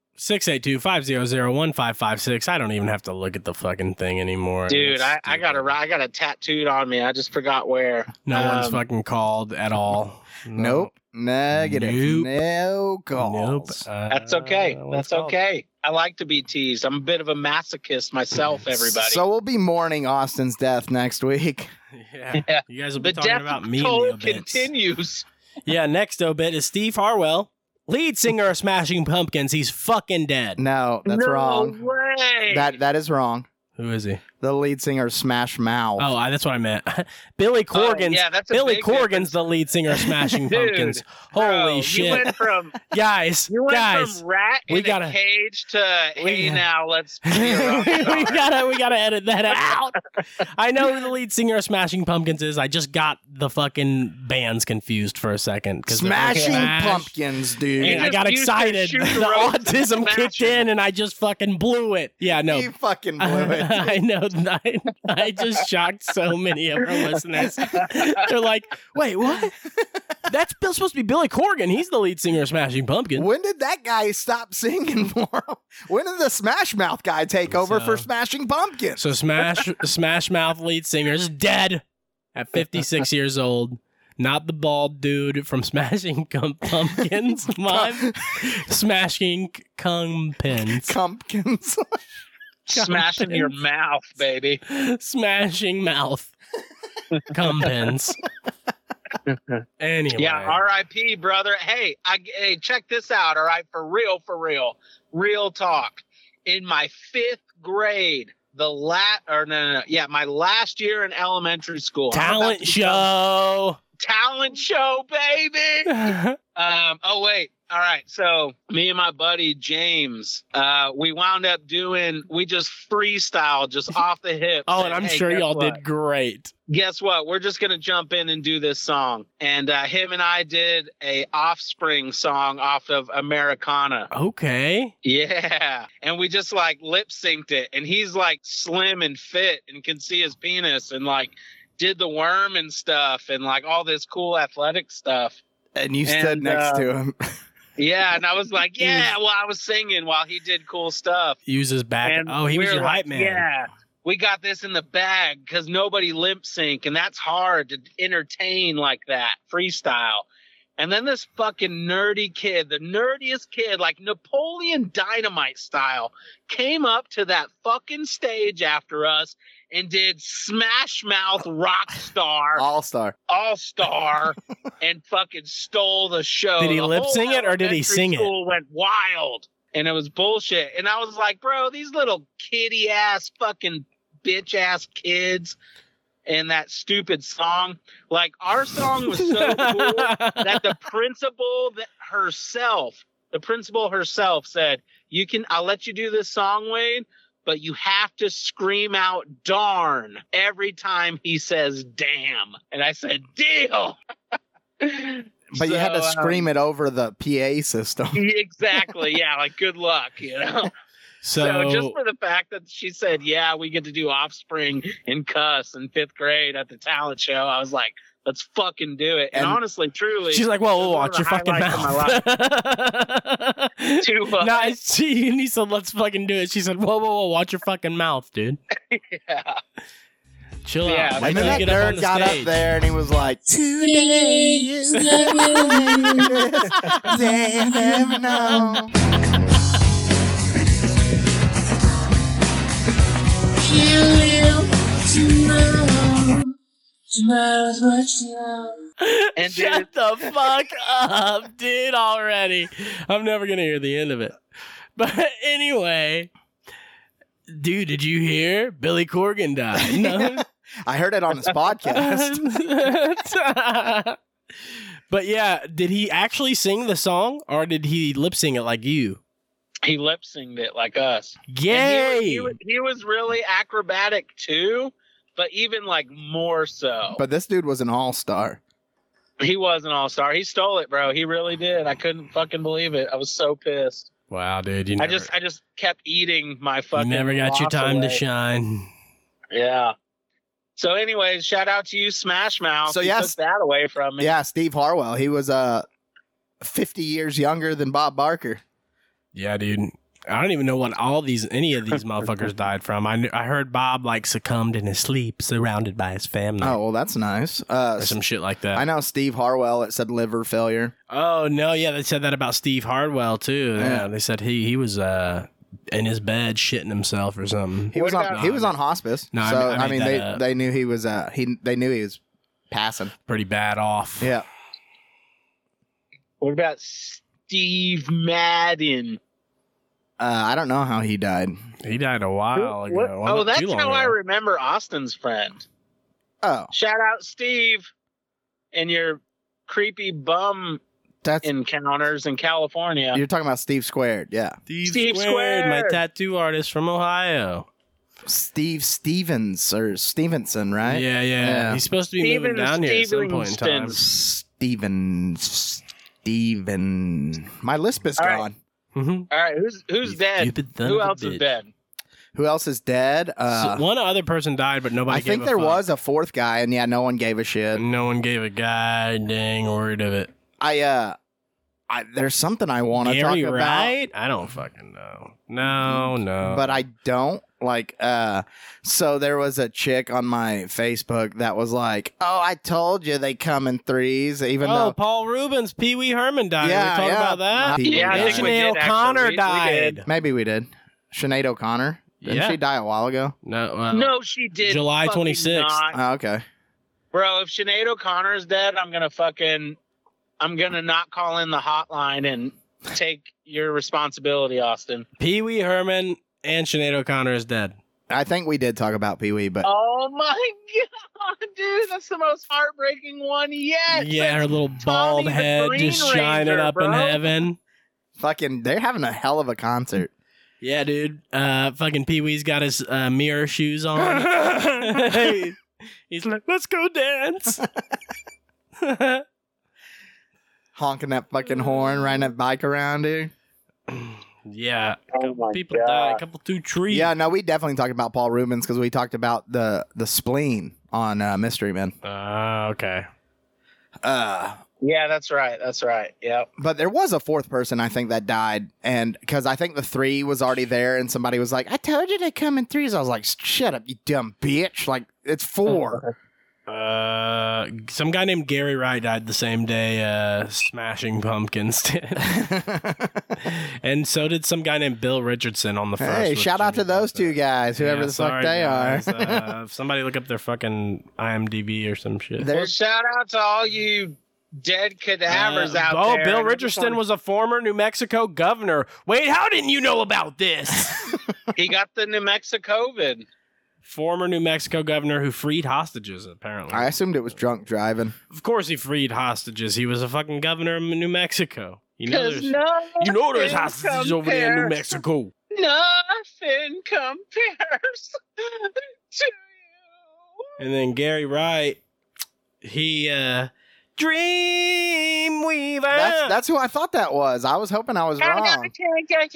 D: 682-500-1556. I don't even have to look at the fucking thing anymore.
B: Dude,
D: It's
B: I, I got a
D: stupid.
B: ri- I got a tattooed on me. I just forgot where.
D: No one's
B: Um,
D: fucking called at all.
A: Nope. Negative.
D: Nope.
A: No
D: Nope.
A: calls.
D: Uh,
B: That's okay.
D: no one's
B: That's
D: called.
B: okay. I like to be teased. I'm a bit of a masochist myself, everybody.
A: So we'll be mourning Austin's death next week.
D: Yeah. You guys will be
B: the
D: talking
B: death
D: about me in
B: toll
D: the obits.
B: continues.
D: Yeah, next obit is Steve Harwell, lead singer of Smashing Pumpkins. He's fucking dead.
A: No, that's
B: no
A: wrong.
B: Way.
A: That that is wrong.
D: Who is he?
A: The lead singer of Smash Mouth.
D: Oh, I, that's what I meant. Billy
B: Oh,
D: Corgan's
B: yeah, that's a
D: Billy
B: big
D: Corgan's
B: difference.
D: the lead singer of Smashing
B: Dude,
D: Pumpkins. Holy
B: Bro,
D: shit.
B: You went from
D: guys,
B: you went
D: guys.
B: from rat in
D: we
B: a
D: gotta-
B: cage to hey
D: we-
B: now let's be
D: we
B: a rock star.
D: gotta we gotta edit that out. I know who the lead singer of Smashing Pumpkins is. I just got the fucking bands confused for a second. 'cause they're like,
A: Smashing
D: Smash.
A: Pumpkins, dude.
D: And I
B: just
D: got
B: used your
D: excited. The
B: shoe rope to
D: autism
B: smash
D: kicked
B: it.
D: in and I just fucking blew it. Yeah, no.
A: He fucking blew it.
D: I know. I, I just shocked so many of our listeners. They're like, wait, what? That's Bill- supposed to be Billy Corgan. He's the lead singer of Smashing Pumpkins.
A: when did that guy stop singing for him? When did the Smash Mouth guy take over
D: So-
A: for Smashing Pumpkins?
D: So Smash Smash Mouth lead singer is dead at 56 years old. Not the bald dude from Smashing Cum- Pumpkins. My Smashing Pumpkins.
A: Pumpkins.
B: smashing your mouth, baby.
D: Smashing Mouth. Cumpins. anyway.
B: Yeah, R.I.P. brother. Hey, I hey, check this out. All right, for real, for real, real talk. In my fifth grade, the lat or no, no, no, yeah, my last year in elementary school, I'm about
D: talent
B: to
D: show.
B: talent show, baby. Um, oh wait. All right. So me and my buddy James, uh, we wound up doing we just freestyle just off the hip.
D: Oh,
B: said,
D: and I'm
B: "Hey,
D: sure
B: guess
D: y'all
B: what?
D: did great.
B: Guess what? We're just gonna jump in and do this song. And uh, him and I did a offspring song off of Americana.
D: Okay.
B: Yeah. And we just like lip synced it. And he's like slim and fit and can see his penis and like did the worm and stuff and like all this cool athletic stuff.
A: and you
B: And,
A: stood next
B: uh,
A: to him.
B: Yeah, and I was like,
D: He was-
B: yeah, well, I was singing while he did cool stuff.
D: Uses back.
B: And
D: oh, he was
B: we're
D: your
B: like,
D: hype man.
B: Yeah, we got this in the bag because nobody limp sync, and that's hard to entertain like that freestyle. And then this fucking nerdy kid, the nerdiest kid, like Napoleon Dynamite style, came up to that fucking stage after us and did Smash Mouth Rockstar
A: All star.
B: all star and fucking stole the show.
D: Did he
B: The
D: lip
B: whole
D: sing it or did he
B: elementary
D: sing it?
B: School went wild, and it was bullshit. And I was like, bro, these little kitty ass fucking bitch ass kids. And that stupid song, like our song was so cool that the principal that herself, the principal herself said, "You can. I'll let you do this song, Wayne, but you have to scream out darn every time he says damn. And I said, deal.
A: But you had to
B: So, um,
A: scream it over the PA system.
B: exactly. Yeah. Like, good luck, you know?
D: So,
B: So, just for the fact that she said, "Yeah, we get to do Offspring and cuss in fifth grade at the talent show," I was like, "Let's fucking do it!" And,
A: And
B: honestly, truly,
D: she's like, "Whoa, whoa,
B: one of
D: watch
B: the
D: your fucking
B: highlights
D: mouth."
B: Too much.
D: Nah, she and he said, "Let's fucking do it." She said, "Whoa, whoa, whoa, watch your fucking mouth, dude.
B: Yeah.
D: Chill
B: Yeah,
D: out."
B: and
D: Wait
A: and then
D: till you
A: that
D: get up on
A: nerd
D: the
A: got up
D: stage.
A: there and he was like,
E: Today is
A: They never know.
B: And dude,
D: Shut the fuck up, dude, already. I'm never going to hear the end of it. But anyway, dude, did you hear Billy Corgan died? No.
A: I heard it on his podcast.
D: but yeah, did he actually sing the song or did he lip sing it like you?
B: he lip synced it like us.
D: Yay!
B: And He, was, he, was, he was really acrobatic too, but even like more so.
A: But this dude was an all star.
B: he was an all star. He stole it, bro. He really did. I couldn't fucking believe it. I was so pissed.
D: wow, dude, you
B: I
D: never,
B: just, I just kept eating my
D: you
B: fucking.
D: never got your
B: loss
D: time to
B: away.
D: shine.
B: Yeah. So, anyways, shout out to you, Smash Mouth.
A: So,
B: You
A: yes-
B: took that away from me.
A: Yeah, Steve Harwell. He was uh, 50 years younger than Bob Barker.
D: Yeah, dude. I don't even know what all these, any of these motherfuckers died from. I, knew, I heard Bob like succumbed in his sleep, surrounded by his family,
A: Oh, well, that's nice. Uh,
D: or some shit like that.
A: I know Steve Harwell. It said liver failure.
D: Oh no, yeah, they said that about Steve Hardwell too. Yeah,
A: Yeah.
D: they said he he was uh in his bed shitting himself or something.
A: He
B: What
A: was on.
B: about-
A: he was on hospice.
D: No, I
A: so
D: mean-
A: I,
D: I made
A: mean,
D: that
A: they
D: up.
A: they knew he was. Uh, he they knew he was passing.
D: Pretty bad off.
A: Yeah.
B: What about Steve Madden?
A: Uh, I don't know how he died.
D: he died a while ago.
B: What-
D: Well,
B: Oh,
D: not
B: that's
D: too long
B: how I
D: ago.
B: remember Austin's friend.
A: Oh,
B: Shout out Steve and your creepy bum
A: that's
B: encounters in uh, California.
A: you're talking about Steve Squared. Yeah,
D: Steve,
B: Steve
D: Squared, my
B: Squared.
D: tattoo artist from Ohio.
A: Steve Stevens or Stevenson, right?
D: Yeah, yeah,
A: Yeah.
D: He's supposed to be moving
B: Steven
D: down here at some point in time.
B: Stevenston.
A: Steven. Steven. My lisp is
B: All right.
A: gone.
D: Mhm.
B: All right, who's who's
D: You
B: dead?
D: stupid son
B: Who
D: of a
B: else is
D: bitch.
B: dead?
A: Who else is dead? Uh,
D: So one other person died, but nobody.
A: I
D: gave
A: think
D: a
A: there
D: fuck.
A: was a fourth guy, and yeah, no one gave a shit.
D: No one gave a god dang word of it.
A: I uh, I, there's something I want to talk
D: Gary
A: about, Mm-hmm.
D: Wright? I don't fucking know. No, no.
A: but I don't like. Uh, so there was a chick on my Facebook that was like, "Oh, I told you they come in threes, even
D: oh,
A: though."
D: Paul Rubens, Pee Wee Herman died. Did
A: Yeah,
D: we talk
A: yeah.
D: about that.
A: Pee Wee Yeah, I died. think we
D: Sinead
B: did, actually.
D: O'Connor
B: We- we
D: died.
B: did.
A: Maybe we did. Sinead O'Connor didn't
D: Yeah.
A: she die a while ago?
D: No, well,
B: No, she did.
D: Uh, July
B: fucking
D: 26th.
B: not.
A: Oh, okay.
B: Bro, if Sinead O'Connor is dead, I'm gonna fucking, I'm gonna not call in the hotline and take your responsibility, Austin.
D: Pee Wee Herman and Sinead O'Connor is dead.
A: I think we did talk about Pee Wee, but
B: Oh my god, dude, that's the most heartbreaking one yet.
D: yeah, her little bald
B: the
D: head
B: Green
D: just shining
B: Ranger,
D: up in
B: bro.
D: heaven.
A: fucking, they're having a hell of a concert.
D: Yeah, dude. Uh, fucking Pee Wee's got his uh, mirror shoes on. He's like, let's go dance.
A: Honking that fucking horn, riding that bike around, dude.
D: yeah,
B: oh my
D: people died. A couple two trees.
A: Yeah, no, we definitely talked about Paul Rubens because we talked about the the spleen on uh, Mystery Men.
D: Ah, okay.
A: Uh,
B: Yeah, that's right. That's right. Yep.
A: but there was a fourth person I think that died, and because I think the three was already there, and somebody was like, "I told you they come in threes. I was like, "Shut up, you dumb bitch!" Like it's four.
D: Uh, some guy named Gary Wright died the same day. Uh, Smashing Pumpkins did, and so did some guy named Bill Richardson on the first.
A: hey,
D: with
A: shout out to
D: Jimmy
A: those
D: Buffett.
A: two guys, whoever
D: Yeah,
A: the fuck
D: sorry,
A: they
D: guys.
A: are.
D: uh, somebody look up their fucking IMDb or some shit.
A: They're-
B: Well, shout out to all you dead cadavers
D: Uh,
B: out
D: oh,
B: there.
D: Bill
B: And I just
D: Richardson
B: wanna-
D: was a former New Mexico governor. Wait, how didn't you know about this?
B: He got the New Mexico COVID.
D: former New Mexico governor who freed hostages, apparently.
A: I assumed it was drunk driving.
D: Of course, he freed hostages. He was a fucking governor of New Mexico. You know,
B: Because
D: there's,
B: no,
D: you know there's
B: one
D: hostages over there in New
B: compares-
D: Mexico.
B: Nothing compares to you.
D: And then Gary Wright, he uh Dream Weaver.
A: That's that's who I thought that was. I was hoping I was wrong. That's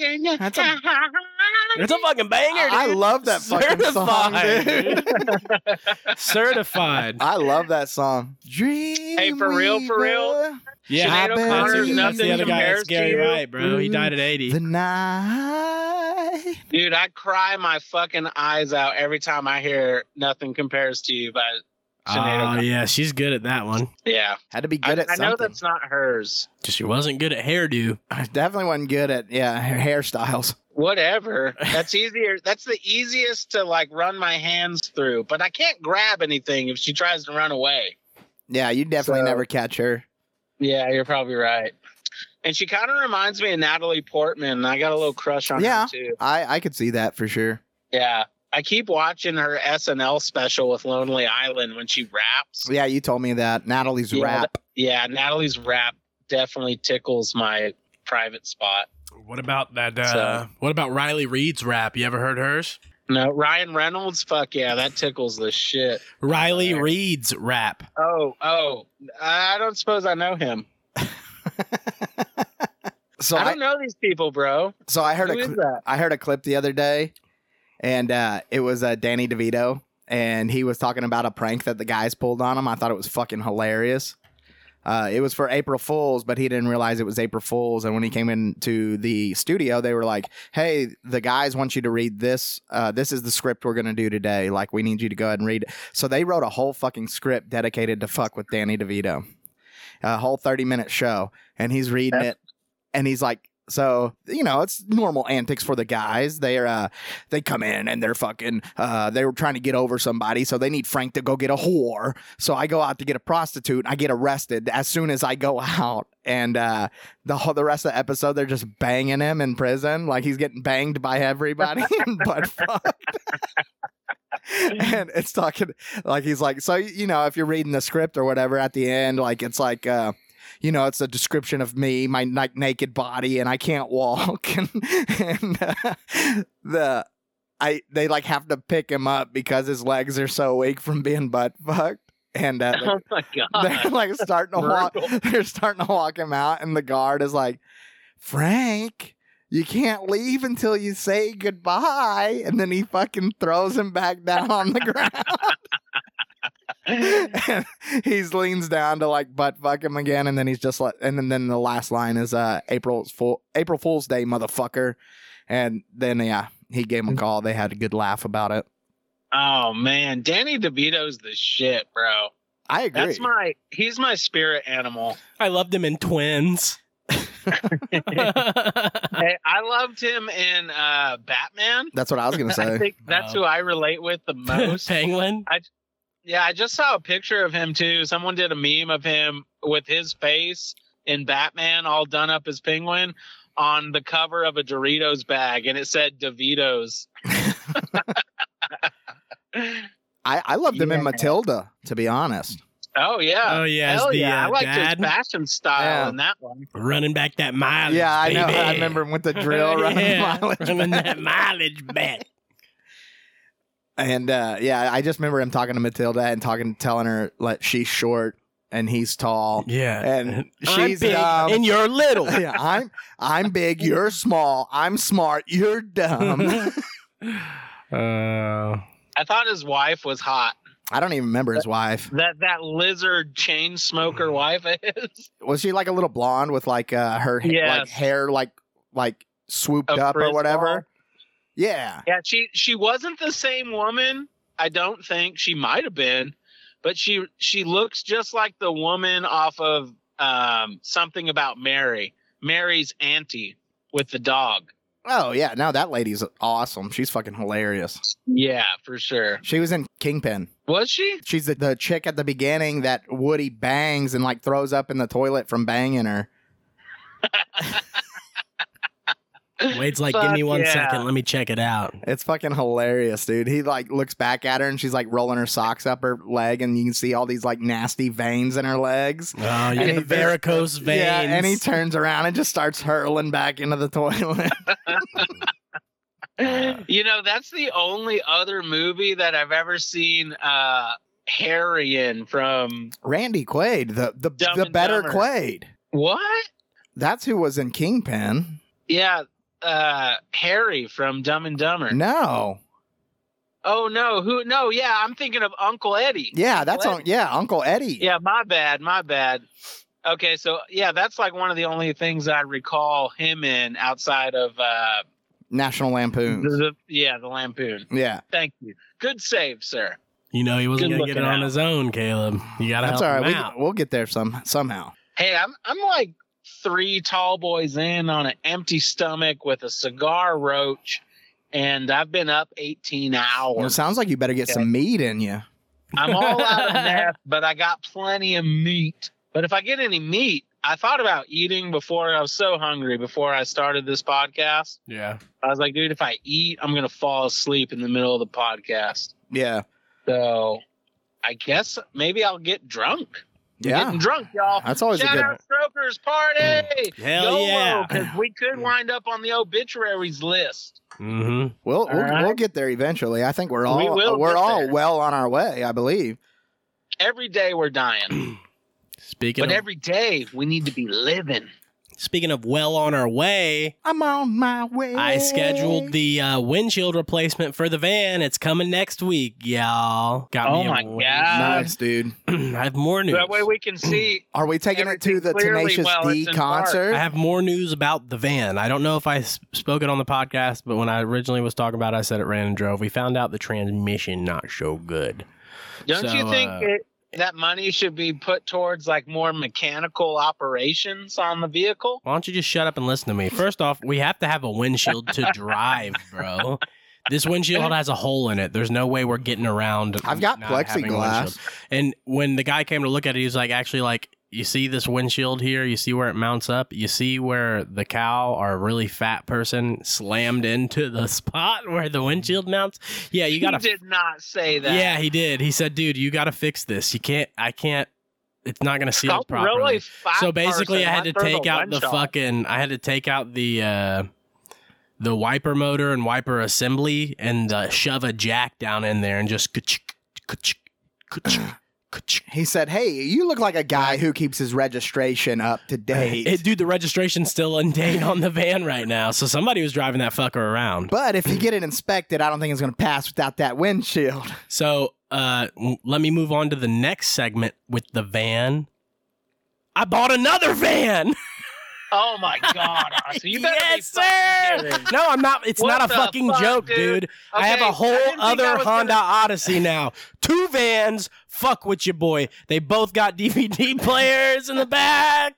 A: a-
D: It's a fucking banger,
A: I
D: dude.
A: love that fucking song, dude.
D: Certified.
A: I love that song. Dream.
B: Hey, for real, for real?
A: Weaver,
D: yeah, that's
A: Sinead
D: the-
A: O'Connor's
D: that's the
A: Nothing
D: other guy.
B: Compares
D: That's
B: to
D: Gary
B: You.
D: Wright, bro. He died at eighty.
A: The night.
B: Dude, I cry my fucking eyes out every time I hear "Nothing Compares to You" by Sinead.
D: Oh
B: O'Connor.
D: yeah, she's good at that one.
B: yeah,
A: Had to be
B: I,
A: good at
B: I know
A: something.
B: that's not hers.
D: Just She wasn't good at hairdo.
A: I definitely wasn't good at yeah hair- hairstyles.
B: Whatever. That's easier. That's the easiest to like run my hands through. But I can't grab anything if she tries to run away.
A: Yeah, you definitely
B: So-
A: never catch her.
B: Yeah, you're probably right. And she kind of reminds me of Natalie Portman. and I got a little crush on
A: Yeah.
B: her too.
A: I I could see that for sure.
B: Yeah. I keep watching her SNL special with Lonely Island when she raps.
A: Yeah, you told me that Natalie's
B: Yeah,
A: rap.
B: Yeah, Natalie's rap definitely tickles my private spot.
D: What about that? Uh,
B: So-
D: what about Riley Reed's rap? You ever heard hers?
B: No, Ryan Reynolds, fuck yeah, that tickles the shit.
D: Riley Reed's rap.
B: Oh, oh, I don't suppose I know him.
A: so
B: I
A: I,
B: don't know these people, bro.
A: so I heard
B: Who
A: a
B: is
A: cl-
B: that?
A: I heard a clip the other day, and uh, it was uh, Danny DeVito, and he was talking about a prank that the guys pulled on him. I thought it was fucking hilarious. Uh, it was for April Fools, but he didn't realize it was April Fools. And when he came into the studio, they were like, "Hey, the guys want you to read this. Uh, this is the script we're gonna do today. Like, we need you to go ahead and read." it." So they wrote a whole fucking script dedicated to fuck with Danny DeVito, a whole thirty minute show, and he's reading it, and he's like, so you know it's normal antics for the guys. They're uh, they come in and they're fucking. Uh, they were trying to get over somebody, so they need Frank to go get a whore. So I go out to get a prostitute. I get arrested as soon as I go out, and uh, the whole the rest of the episode they're just banging him in prison, like he's getting banged by everybody, but fuck. and it's talking like he's like so you know if you're reading the script or whatever at the end like it's like uh you know, it's a description of me, my like naked body, and I can't walk, and, and uh, the I they like have to pick him up because his legs are so weak from being butt fucked, and uh,
B: Oh my
A: they're
B: god.
A: like starting to walk. They're starting to walk him out, and the guard is like, "Frank, you can't leave until you say goodbye." And then he fucking throws him back down on the ground. and he leans down to like butt fuck him again, and then he's just like, and then, then the last line is uh April's fool April Fool's Day, motherfucker. And then yeah, he gave
B: Mm.
A: him a call. They had a good laugh about it.
B: Oh man, Danny DeVito's the shit, bro.
A: I agree.
B: That's my he's my spirit animal.
D: I loved him in Twins.
B: Hey, I loved him in uh Batman.
A: That's what I was gonna
B: I
A: say.
B: think that's
D: Wow.
B: who I relate with the most.
D: Penguin.
B: Yeah, I just saw a picture of him too. Someone did a meme of him with his face in Batman, all done up as Penguin, on the cover of a Doritos bag, and it said DeVitos.
A: I, I loved him in
B: Yeah.
A: Matilda, to be honest.
B: Oh yeah,
D: Oh, yeah, it's
B: hell
D: the,
B: yeah!
D: uh,
B: I liked
D: dad.
B: his fashion style
A: Yeah.
B: in that one.
D: Running back that mileage.
A: yeah, I know.
D: baby.
A: I remember him with the drill running
D: Yeah,
A: mileage
D: running
A: back.
D: that mileage back.
A: And uh, yeah, I just remember him talking to Matilda and talking, telling her like she's short and he's tall.
D: Yeah,
A: And
D: I'm
A: she's um,
D: big
A: dumb.
D: and you're little.
A: yeah, I'm I'm big, you're small, I'm smart, you're dumb.
D: Uh,
B: I thought his wife was hot.
A: I don't even remember his wife.
B: That that lizard chain smoker wife is
A: Was she like a little blonde with like uh, her ha- like
B: Yes.
A: hair like like swooped
B: A
A: up or
B: frizz
A: whatever?
B: ball?
A: Yeah.
B: Yeah, she she wasn't the same woman. I don't think she might have been, but she she looks just like the woman off of um something about Mary. Mary's auntie with the dog.
A: Oh yeah. No, that lady's awesome. She's fucking hilarious.
B: Yeah, for sure.
A: She was in Kingpin.
B: Was she?
A: She's the, the chick at the beginning that Woody bangs and like throws up in the toilet from banging her.
D: Wade's like,
B: Fuck
D: give me one second,
B: yeah.
D: Let me check it out.
A: It's fucking hilarious, dude. He like looks back at her and she's like rolling her socks up her leg and you can see all these like nasty veins in her legs.
D: Oh, you
A: And
D: got the
A: he-
D: varicose veins.
A: Yeah, and he turns around and just starts hurling back into the toilet.
B: you know, that's the only other movie that I've ever seen uh Harry in from
A: Randy Quaid, the the,
B: Dumb
A: the
B: and
A: better
B: Dumber.
A: Quaid.
B: what?
A: That's who was in Kingpin.
B: Yeah, uh Harry from Dumb and Dumber.
A: No,
B: Oh no, who no, yeah, I'm thinking of Uncle Eddie.
A: yeah, that's on. Yeah, Uncle Eddie.
B: Yeah, my bad, my bad. Okay, so yeah, that's like one of the only things I recall him in outside of uh
A: National
B: the,
A: Lampoon.
B: the- yeah, the lampoon.
A: Yeah,
B: Thank you. Good save, sir.
D: You know he wasn't
B: Good
D: gonna get it
B: looking
D: on
B: out.
D: his own, Caleb. You gotta
A: that's all
D: help him
A: right.
D: out.
A: We, we'll get there some somehow.
B: Hey, I'm I'm like three tall boys in on an empty stomach with a cigar roach, and I've been up 18
A: Well, it
B: hours.
A: sounds like you better get some meat in you.
B: I'm all out of meth, but I got plenty of meat. But if I get any meat, I thought about eating before I was so hungry before I started this podcast.
D: yeah.
B: I was like, dude, if I eat, I'm gonna fall asleep in the middle of the podcast.
A: Yeah,
B: So I guess maybe I'll get drunk.
A: yeah.
B: Getting drunk, y'all.
A: That's always a
B: Shout
A: good-
B: out Strokers Party.
D: Hell yeah.
B: Because we could wind up on the obituaries list.
D: Mm-hmm.
B: All
A: We'll we'll,
B: right.
A: we'll get there eventually. I think we're all
B: We
A: we
B: will
A: are
B: get
A: all
B: there.
A: well on our way. I believe.
B: Every day we're dying,
D: Speaking
B: but
D: of
B: every day we need to be living.
D: speaking of well on our way,
A: I'm on my way.
D: I scheduled the uh, windshield replacement for the van. It's coming next week, y'all. Got
B: Oh
D: me a
B: my
D: win-
B: god!
A: nice, dude.
D: I have more news.
B: That way we can see.
A: Are we taking it to
B: Everything
A: the
B: clearly
A: Tenacious
B: while
A: D
B: it's in
D: I
A: concert?
D: have more news about the van. I don't know if I s- spoke it on the podcast, but when I originally was talking about it, I said it ran and drove. We found out the transmission not so good.
B: Don't you
D: So,
B: think
D: uh,
B: it, that money should be put towards like more mechanical operations on the vehicle?
D: Why don't you just shut up and listen to me? First off, we have to have a windshield to drive, bro. This windshield has a hole in it. There's no way we're getting around.
A: I've got
D: not having a
A: plexiglass.
D: windshield. And when the guy came to look at it, he was like, actually, like, you see this windshield here? You see where it mounts up? You see where the cow or a really fat person slammed into the spot where the windshield mounts? Yeah, you got
B: he
D: to
B: did not say that.
D: Yeah, he did. He said, "Dude, you got to fix this. You can't. I can't. It's not gonna seal
B: Don't
D: properly."
B: really fight
D: so basically,
B: person.
D: I had to
B: Why throw
D: take
B: the
D: out the
B: windshield?
D: fucking. I had to take out the uh, the wiper motor and wiper assembly and uh, shove a jack down in there and just. ka-chick, ka-chick, ka-chick, ka-chick.
A: He said, "Hey, you look like a guy who keeps his registration up to date."
D: It, dude, the registration's still in date on the van right now, so somebody was driving that fucker around.
A: but if you get it inspected, I don't think it's going to pass without that windshield.
D: So uh, w- let me move on to the next segment with the van. I bought another van.
B: Oh my god! So you better be
D: yes,
B: fucking
D: sir.
B: kidding.
D: No, I'm not. It's
B: What
D: not a
B: the
D: fucking
B: fuck,
D: joke,
B: dude?
D: dude. I have
B: Okay,
D: a
B: I
D: whole
B: didn't think I
D: other
B: was
D: Honda
B: gonna-
D: Odyssey now. Two vans. Fuck with your boy. They both got DVD players in the back.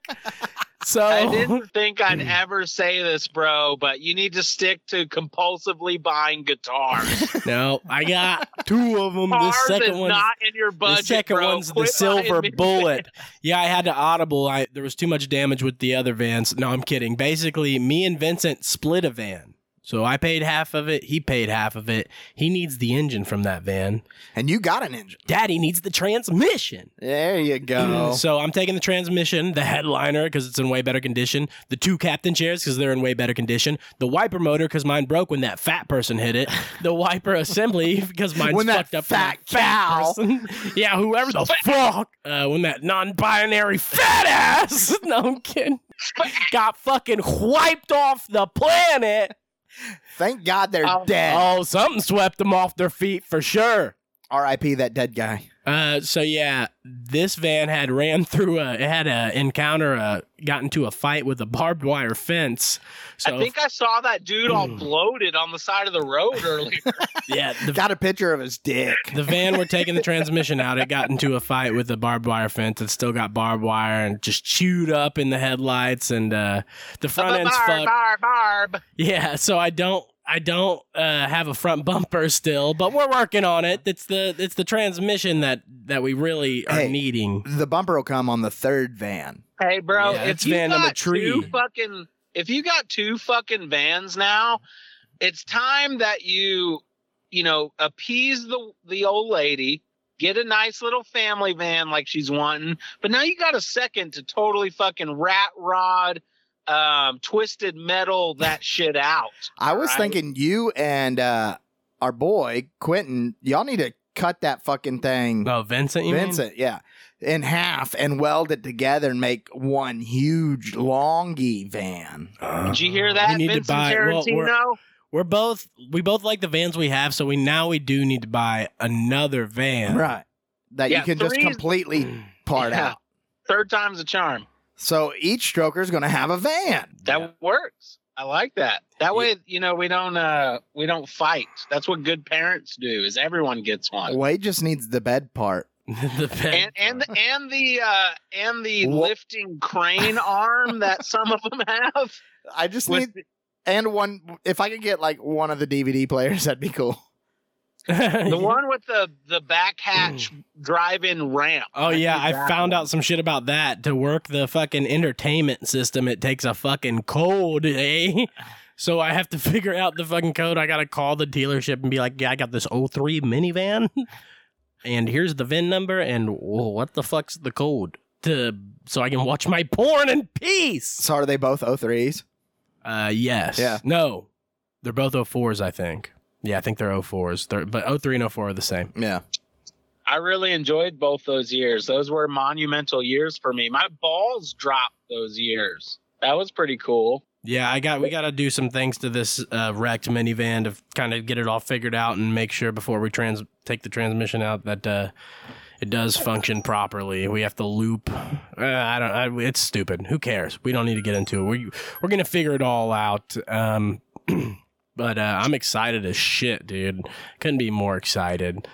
D: So
B: I didn't think I'd ever say this, bro, but you need to stick to compulsively buying guitars.
D: no, I got two of them. The
B: Cars
D: second
B: is
D: one's
B: not in your budget.
D: the second
B: bro.
D: one's
B: Quit
D: the silver
B: lying to me.
D: bullet. Yeah, I had to audible. I there was too much damage with the other vans. No, I'm kidding. Basically, me and Vincent split a van. So I paid half of it, he paid half of it. He needs the engine from that van.
A: And you got an engine.
D: Daddy needs the transmission.
A: There you go.
D: So I'm taking the transmission, the headliner because it's in way better condition, the two captain chairs because they're in way better condition, the wiper motor because mine broke when that fat person hit it, the wiper assembly because mine's
A: When that
D: fucked up.
A: fat
D: from a
A: cow.
D: person. yeah, whoever the fuck, uh, when that non-binary fat ass, no I'm kidding, got fucking wiped off the planet.
A: Thank God they're
B: Oh.
A: dead.
D: Oh, something swept them off their feet for sure.
A: R.I.P. That dead guy.
D: Uh, so yeah, this van had ran through a, it had a encounter, uh, got into a fight with a barbed wire fence. So
B: I think I saw that dude all
D: Mm.
B: bloated on the side of the road earlier.
D: yeah, the,
A: Got a picture of his dick.
D: the van were taking the transmission out. It got into a fight with a barbed wire fence. It still got barbed wire and just chewed up in the headlights and uh, the front end's
B: barb,
D: fucked.
B: barb, barb.
D: Yeah, so I don't I don't uh, have a front bumper still, but we're working on it. It's the it's the transmission that that we really are
A: Hey.
D: needing.
A: The bumper will come on the third van.
B: Hey, bro,
D: Yeah,
B: if
D: it's
B: you
D: van
B: got
D: number three.
B: two fucking, if you got two fucking vans now, it's time that you, you know, appease the the old lady, get a nice little family van like she's wanting. But now you got a second to totally fucking rat rod, um, twisted metal that shit out.
A: I was
B: Right.
A: thinking you and uh, our boy Quentin, y'all need to cut that fucking thing,
D: Oh, Vincent, you mean?
A: Vincent, yeah, in half and weld it together and make one huge longy van.
B: Did you hear
D: Uh, We
B: that,
D: need to
B: Vincent
D: buy- well,
B: Tarantino?
D: we're- We're both we both like the vans we have, so we now we do need to buy another van.
A: Right. That
B: Yeah,
A: you can just
B: three's-
A: completely part
B: Yeah.
A: out.
B: Third time's a charm.
A: So each stroker is going to have a van.
B: That
D: Yeah.
B: works. I like that. That
D: Yeah.
B: way, you know, we don't uh we don't fight. That's what good parents do. Is everyone gets one.
A: Wade just needs the bed part.
D: the van.
B: and and the- and the uh, and the
A: Wha-
B: lifting crane arm that some of them have.
A: I just
B: With-
A: need and one. If I could get like one of the DVD players, that'd be cool.
B: the one with the the back hatch
A: Mm.
B: drive-in ramp.
D: Oh yeah, I found out some shit about that. To work the fucking entertainment system, it takes a fucking code, eh? So I have to figure out the fucking code. I gotta call the dealership and be like, "Yeah, I got this 03 minivan, and here's the VIN number, and whoa, what the fuck's the code to so I can watch my porn in peace."
A: So are they both 03s?
D: Uh, yes.
A: Yeah.
D: No, they're both 04s, I think. Yeah, I think they're 04s. They're, but 03 and 04 are the same.
A: Yeah.
B: I really enjoyed both those years. Those were monumental years for me. My balls dropped those years. That was pretty cool.
D: Yeah, I got we got to do some things to this uh, wrecked minivan to kind of get it all figured out and make sure before we trans take the transmission out that uh, it does function properly. We have to loop. Uh, I don't. I, it's stupid. Who cares? We don't need to get into it. We we're gonna figure it all out. Um, but uh, I'm excited as shit, dude. Couldn't be more excited.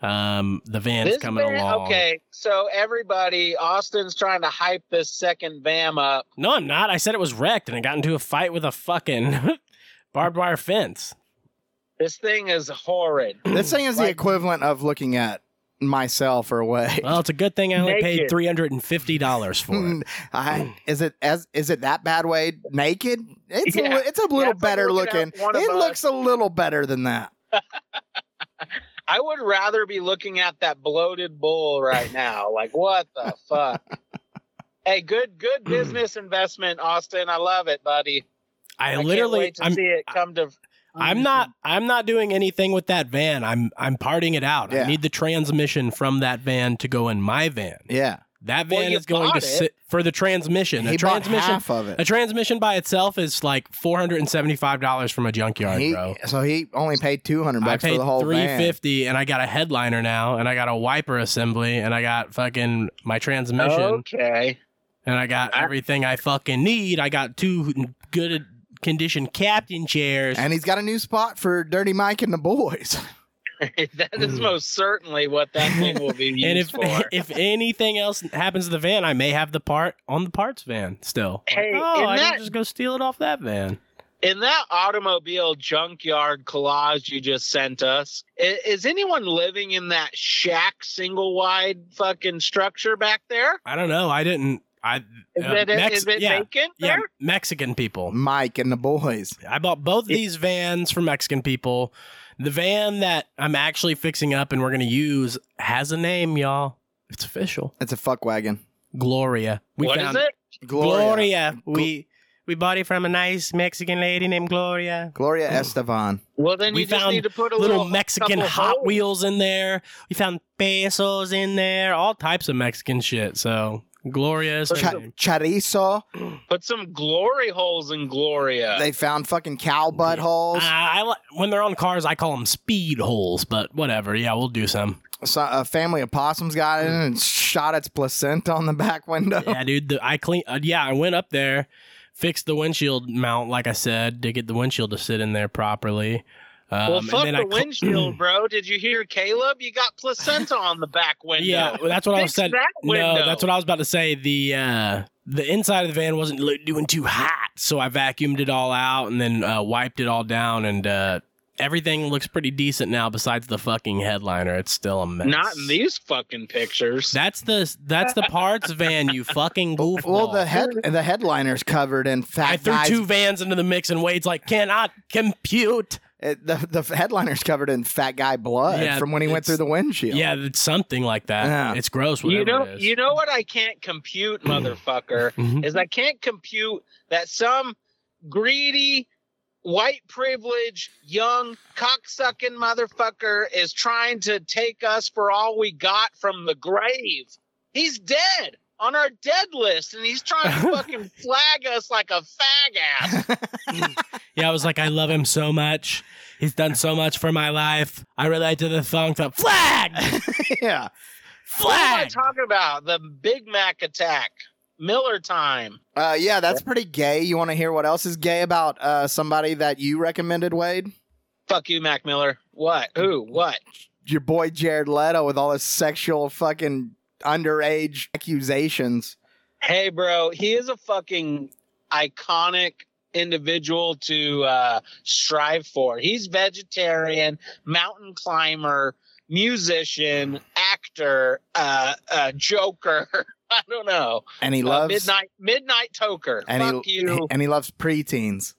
D: Um, the van's
B: This
D: coming
B: van-
D: along.
B: Okay, so everybody, Austin's trying to hype this second Bam up.
D: No, I'm not. I said it was wrecked and it got into a fight with a fucking barbed wire fence.
B: This thing is horrid.
A: This thing is the
B: Like-
A: equivalent of looking at myself or away.
D: Well, it's a good thing I only paid
B: Naked.
D: three hundred and fifty dollars for it.
A: I, is it as is it that bad? Wade naked? It's a,
B: Yeah.
A: li- it's a little
B: That's like
A: better
B: looking
A: looking.
B: at one of
A: It
B: us.
A: looks a little better than that.
B: I would rather be looking at that bloated bull right now. Like, what the fuck? Hey, good, good business investment, Austin. I love it, buddy.
D: I,
B: can't
D: literally,
B: wait to
D: I'm,
B: see it come to.
D: I'm not, I'm not doing anything with that van. I'm, I'm parting it out.
A: Yeah.
D: I need the transmission from that van to go in my van.
A: Yeah.
D: That
B: Well,
D: van
B: you
D: is going to
B: bought it.
D: sit for the transmission.
A: he
D: a
A: bought
D: transmission,
A: half of it.
D: a transmission by itself is like four hundred and seventy-five dollars from a junkyard,
A: He-
D: bro.
A: so he only paid two hundred
D: I
A: bucks
D: paid
A: for the whole
D: three
A: van.
D: fifty, and I got a headliner now, and I got a wiper assembly, and I got fucking my transmission.
B: Okay.
D: and I got
B: I-
D: everything I fucking need. I got two good condition captain chairs.
A: And he's got a new spot for Dirty Mike and the boys.
B: that is most certainly what that thing will be used
D: Mm. And if
B: for.
D: if anything else happens to the van, I may have the part on the parts van still. Like,
B: Hey,
D: oh,
B: and
D: I
B: that-
D: can just go steal it off that van.
B: In that automobile junkyard collage you just sent us, i- is anyone living in that shack single wide fucking structure back there?
D: I don't know. I didn't. I
B: Is,
D: Uh,
B: it, is
D: Mex-
B: it
D: yeah,
B: vacant
D: yeah,
B: there? Mm.
D: Mexican people.
A: Mike and the boys.
D: I bought both these vans for Mexican people. The van that I'm actually fixing up and we're gonna use has a name, y'all. It's official.
A: It's a fuck wagon.
D: Gloria. We
B: what
D: found
B: is it?
A: Gloria.
D: Gloria. We we bought it from a nice Mexican lady named Gloria.
A: Gloria Estevan.
B: Well, then
D: We
B: you just
D: found
B: need to put a
D: Little,
B: little,
D: Mexican
B: couple
D: Hot
B: holes.
D: Wheels in there. We found pesos in there. All types of Mexican shit. So Gloria is her
A: Cha-
D: name.
A: chorizo.
B: Put some glory holes in Gloria.
A: They found fucking cow butt holes.
D: I, I li- when they're on cars, I call them speed holes, but whatever. Yeah, we'll do some.
A: So, a family of possums got in and shot its placenta on the back window.
B: Oh.
D: Yeah, dude. The, I clean. Uh, yeah, I went up there, fixed the windshield mount, like I said, to get the windshield to sit in there properly. Um,
B: well,
D: and
B: fuck
D: then
B: the
D: I cl-
B: windshield, bro. Did you hear Caleb? You got placenta on the back window.
D: Yeah, well, that's what I was
B: Fix
D: said.
B: that window.
D: No, that's what I was about to say. The uh, the inside of the van wasn't lo- doing too hot, so I vacuumed it all out and then uh, wiped it all down, and uh, everything looks pretty decent now. Besides the fucking headliner, it's still a mess.
B: Not in these fucking pictures.
D: That's the that's the parts van. You fucking goofball.
A: Well, the head the headliner's covered in fat
D: I threw
A: guys.
D: two vans into the mix, and Wade's like, "Cannot compute."
A: It, the the headliner's covered in fat guy blood
D: Yeah,
A: from when he went
D: it's-
A: through the windshield.
D: Yeah, it's something like that.
A: Yeah.
D: It's gross. Whatever
B: You know,
D: it is. Mm-hmm.
B: you know what I can't compute, motherfucker,
D: Mhm.
B: is I can't compute that some greedy, white privilege, young, cocksucking motherfucker is trying to take us for all we got from the grave. He's dead on our dead list, and he's trying to fucking flag us like a fag ass.
D: Yeah, I was like, I love him so much. He's done so much for my life. I relate to the song that flag,
A: yeah.
B: What am I
D: flag.
B: talking about? The Big Mac attack, Miller time.
A: Uh, yeah, that's pretty gay. You want to hear what else is gay about uh, somebody that you recommended, Wade?
B: Fuck you, Mac Miller. What? Who? What?
A: Your boy Jared Leto with all his sexual fucking underage accusations.
B: Hey, bro, he is a fucking iconic individual to uh, strive for. He's vegetarian, mountain climber, musician, actor, uh, uh, joker. I don't know.
A: And he
B: Uh,
A: loves
B: midnight midnight toker.
A: and
B: Fuck
A: he
B: you.
A: and he loves preteens.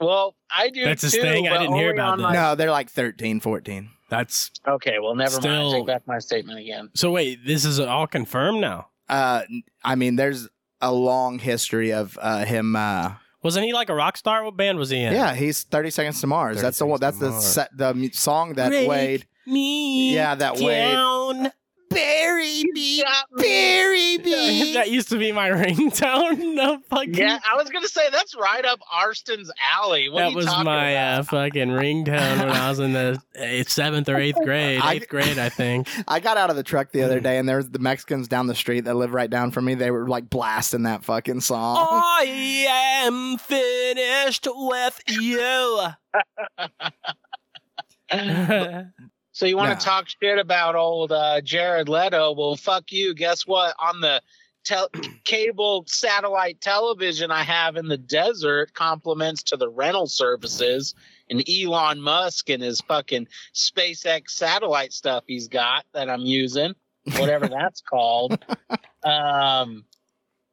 B: well, I do.
D: That's his
B: too,
D: thing? I
B: but
D: didn't hear
B: only
D: about
B: on
D: that.
B: my-
A: No, they're like 13, 14.
D: That's
B: Okay, well, never mind.
D: Still-
B: I Take back my statement again.
D: so. Wait, this is all confirmed now.
A: Uh, I mean, there's a long history of uh, him. Uh,
D: Wasn't he like a rock star? What band was he in?
A: yeah. he's 30 Seconds to Mars.
D: 30
A: That's the one. That's
D: Seconds to
A: the
D: Mars.
A: set, the mu- song that
D: Break
A: Wade.
D: Me.
A: Yeah, that Wade.
D: down.
A: Bury me,
B: Got me.
A: bury me.
D: that used to be my ringtone. No fucking.
B: Yeah, I was gonna say that's right up Arston's alley. What are
D: that
B: you
D: was
B: talking
D: my
B: about?
D: uh, fucking ringtone when I was in the eh, seventh or eighth grade.
A: I-
D: Eighth grade, I think.
A: I got out of the truck the other
D: Mm.
A: day, and there was the Mexicans down the street that live right down from me. They were like blasting that fucking song.
D: I am finished with you.
B: So you want
A: No.
B: to talk shit about old uh, Jared Leto? Well, fuck you. Guess what? On the tel- cable satellite television I have in the desert, compliments to the rental services and Elon Musk and his fucking SpaceX satellite stuff he's got that I'm using, whatever that's called. Um,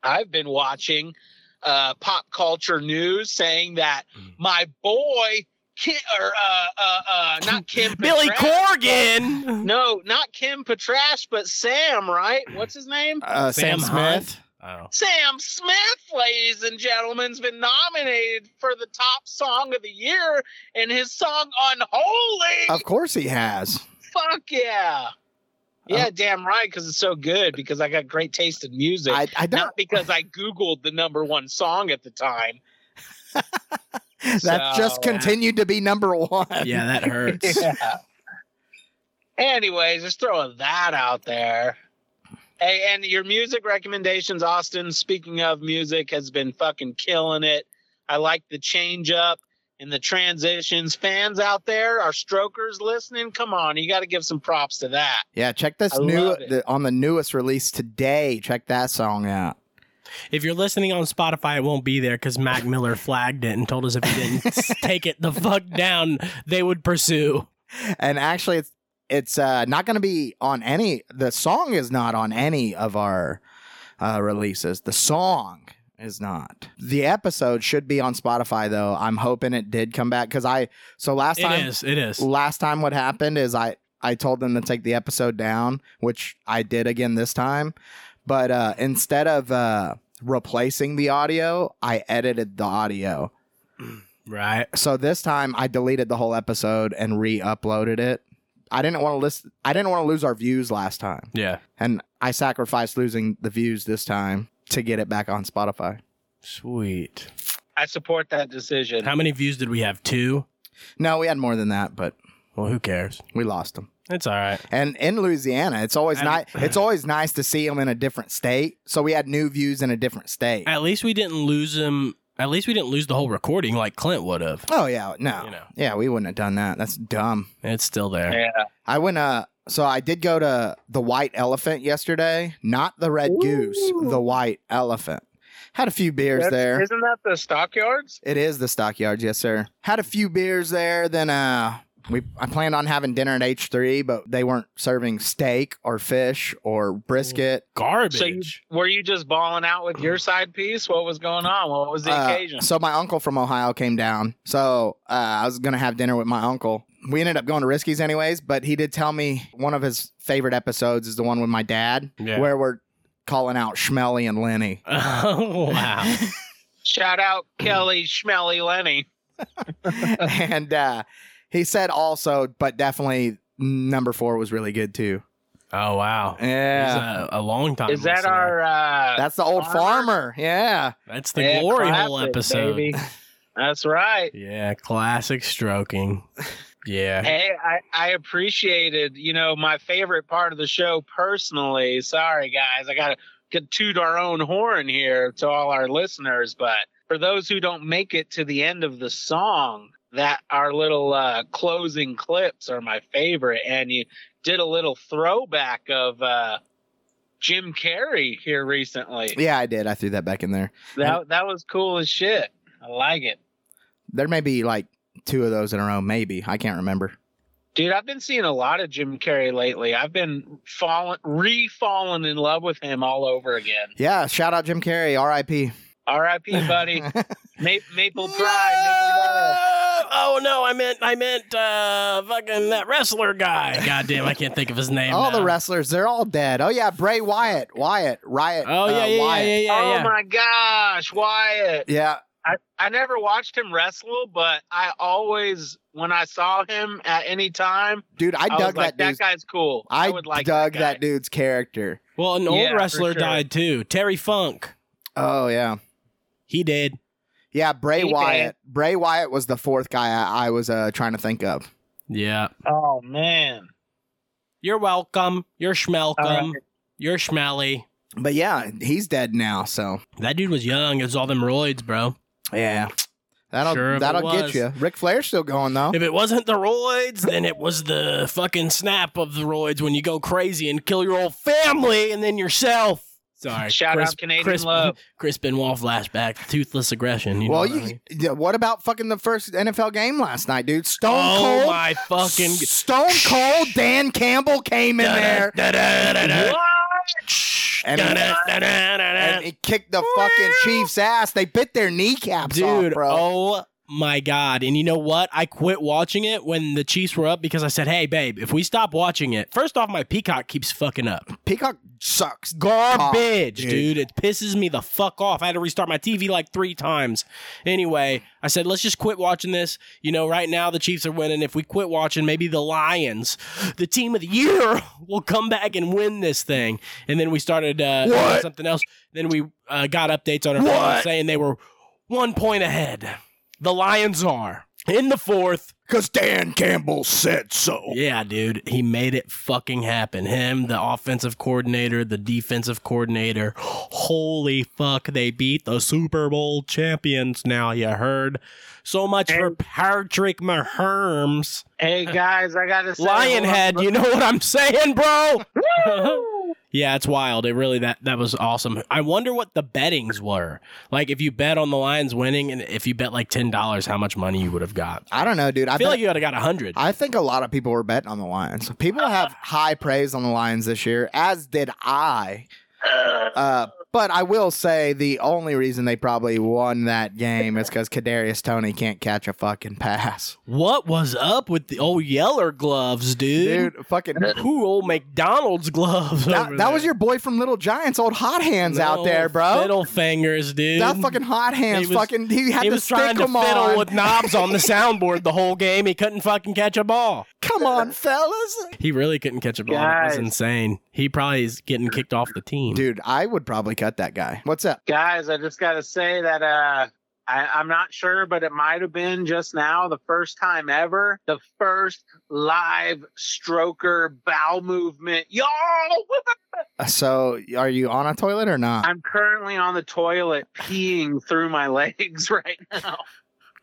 B: I've been watching uh, pop culture news saying that my boy. Kim, or uh, uh, uh, not Kim.
D: Billy
B: Petras-
D: Corgan.
B: no, not Kim Patrash, but Sam, right? What's his name?
A: Uh, Sam,
D: Hunt?
A: Smith.
D: Oh.
B: Sam Smith, ladies and gentlemen, has been nominated for the top song of the year, and his song Unholy.
A: Of course he has.
B: Fuck yeah. Yeah, damn right, because it's so good, because I got great taste in music.
A: I, I don't.
B: not because I Googled the number one song at the time.
A: That's just
B: So-
A: continued to be number one.
D: Yeah, that hurts.
B: yeah. Anyways, just throwing that out there. Hey, and your music recommendations, Austin. Speaking of music, has been fucking killing it. I like the change up and the transitions. Fans out there, our strokers listening, come on, you got to give some props to that.
A: Yeah, check this
B: I
A: new
B: love it.
A: the, on the newest release today. Check that song out.
D: If you're listening on Spotify, it won't be there because Mac Miller flagged it and told us if we didn't s- take it the fuck down, they would pursue.
A: And actually, it's it's uh, not going to be on any. The song is not on any of our uh, releases. The song is not. The episode should be on Spotify though. I'm hoping it did come back because I so last
D: It
A: time
D: is. It is.
A: last time what happened is I I told them to take the episode down, which I did again this time. But uh, instead of uh, replacing the audio, I edited the audio.
D: Right.
A: So this time I deleted the whole episode and re-uploaded it. I didn't want to list. I didn't want to lose our views last time,
D: Yeah.
A: and I sacrificed losing the views this time to get it back on Spotify.
D: Sweet.
B: I support that decision.
D: How many views did we have? Two?
A: No, we had more than that, but
D: Well, who cares?
A: we lost them.
D: It's all right.
A: And in Louisiana, it's always nice.
D: And-
A: It's always nice to see them in a different state. So we had new views in a different state.
D: At least we didn't lose him. At least we didn't lose the whole recording like Clint would have.
A: Oh yeah, no,
D: You know.
A: yeah, we wouldn't have done that. That's dumb.
D: It's still there.
B: Yeah.
A: I went uh, so I did go to the White Elephant yesterday, not the Red Goose, the White Elephant. Had a few beers
B: That-
A: there.
B: Isn't that the stockyards?
A: It is the stockyards, yes sir. Had a few beers there. Then uh, We I planned on having dinner at H three, but they weren't serving steak or fish or brisket.
D: Garbage.
B: So you, were you just balling out with your side piece? What was going on? What was the
A: Uh,
B: occasion?
A: so my uncle from Ohio came down. So uh, I was gonna have dinner with my uncle. We ended up going to Risky's anyways, but he did tell me one of his favorite episodes is the one with my dad,
D: Yeah.
A: where we're calling out Schmelly and Lenny.
D: oh wow.
B: Shout out Kelly Schmelly Lenny.
A: and uh, he said also, but definitely number four was really good too.
D: Oh wow. He's
A: Yeah,
D: a, a long time.
B: Is that
D: listener.
B: our uh
A: that's the old farmer.
B: Farmer?
A: Yeah,
D: That's the
B: yeah,
D: glory
B: classic,
D: hole episode.
B: baby. That's right.
D: Yeah, classic stroking. Yeah.
B: Hey, I, I appreciated, you know, my favorite part of the show personally. Sorry, guys, I got to toot our own horn here to all our listeners. But for those who don't make it to the end of the song, that our little uh, closing clips are my favorite. And you did a little throwback of uh, Jim Carrey here recently.
A: yeah, I did. I threw that back in there.
B: That, that was cool as shit. I like it.
A: There may be like two of those in a row, maybe. I can't remember.
B: Dude, I've been seeing a lot of Jim Carrey lately. I've been falling, re-falling in love with him all over again.
A: Yeah, shout out Jim Carrey, R.I.P.
B: R.I.P. Buddy, Ma- Maple Pride.
D: Oh no, I meant I meant uh fucking that wrestler guy. God damn, I can't think of his name.
A: all
D: now.
A: the wrestlers, they're all dead. Oh yeah, Bray Wyatt, Wyatt, Riot.
D: Oh yeah, yeah,
A: uh,
D: yeah,
A: Wyatt.
D: yeah,
B: Maple Pride.
D: yeah,
B: oh
D: yeah.
B: my gosh, Wyatt!
A: yeah.
B: I, I never watched him wrestle, but I always, when I saw him at any time,
A: Dude, I,
B: I,
A: dug
B: was like,
A: that dude's.
B: "That guy's cool." I,
A: I
B: would like
A: dug
B: that,
A: that,
B: guy.
A: dude's character.
D: Well, an old
B: Yeah, for
D: wrestler
B: sure.
D: died too. Terry Funk.
A: Oh yeah,
D: He did.
A: yeah. Bray
B: He did.
A: Wyatt. Bray Wyatt was the fourth guy I, I was uh, trying to think of.
D: Yeah.
B: Oh man,
D: You're welcome. You're schmelcome.
B: All
D: You're schmelly.
A: But yeah, he's dead now. So
D: That dude was young. It was all them roids, bro.
A: yeah, that'll
D: Sure if it
A: that'll get
D: was.
A: you. Ric Flair's still going though.
D: If it wasn't the roids, then it was the fucking snap of the roids when you go crazy and kill your whole family and then yourself. Sorry.
B: Shout out Canadian
D: Chris,
B: love.
D: Chris Benoit flashback, toothless aggression. You
A: well,
D: know what I
A: you,
D: mean?
A: yeah, what about fucking the first NFL game last night, dude? Stone
D: oh
A: Cold.
D: my fucking.
A: Stone Cold Dan Campbell came in there
D: Da-da-da-da-da.
A: and he, and
D: Da-da-da-da-da.
A: he kicked the fucking Chiefs' ass. They bit their kneecaps off,
D: Dude,
A: bro.
D: oh my god. And you know what? I quit watching it when the Chiefs were up because I said, "Hey babe, if we stop watching it, first off my Peacock keeps fucking up.
A: Peacock sucks.
D: garbage,
A: Cock, dude.
D: dude. It pisses me the fuck off. I had to restart my TV like three times. Anyway, I said, let's just quit watching this. You know, right now the Chiefs are winning. If we quit watching, maybe the Lions, the team of the year, will come back and win this thing. And then we started uh, doing
A: What?
D: something else. Then we uh, got updates on our
A: What?
D: phone saying they were one point ahead. The Lions are in the fourth.
A: Because Dan Campbell said so.
D: Yeah, dude, he made it fucking happen. Him, the offensive coordinator, the defensive coordinator. Holy fuck, they beat the Super Bowl champions now, you heard? So much for Patrick Maherms.
B: Hey guys, I gotta say,
D: Lionhead, you know what I'm saying, bro? yeah, it's wild. It really that that was awesome. I wonder what the bettings were. Like if you bet on the Lions winning and if you bet like $10, how much money you would have got.
A: I don't know, dude. I,
D: I feel
A: bet-
D: like you would have got 100.
A: I think a lot of people were betting on the Lions. People have high praise on the Lions this year, as did I. Uh, but I will say the only reason they probably won that game is because Kadarius Tony can't catch a fucking pass,
D: What was up with the old Yeller gloves, dude?
A: dude. fucking that,
D: Who old McDonald's gloves? over
A: that
D: there.
A: was your boy from Little Giants, old Hot Hands out
D: No
A: there, bro.
D: Fiddle fingers, dude.
A: that fucking Hot Hands,
D: was-
A: fucking he had
D: he
A: to
D: was
A: stick
D: trying to
A: him
D: fiddle
A: on.
D: with knobs on the soundboard the whole game. He couldn't fucking catch a ball.
A: Come on, fellas.
D: He really couldn't catch a ball. It was
B: Guys.
D: insane. He probably is getting kicked off the team.
A: Dude, I would probably cut that guy. What's up?
B: guys i just gotta say that uh I, i'm not sure but it might have been just now the first time ever the first live stroker bowel movement y'all
A: Uh, So, are you on a toilet or not?
B: i'm currently on the toilet peeing through my legs right now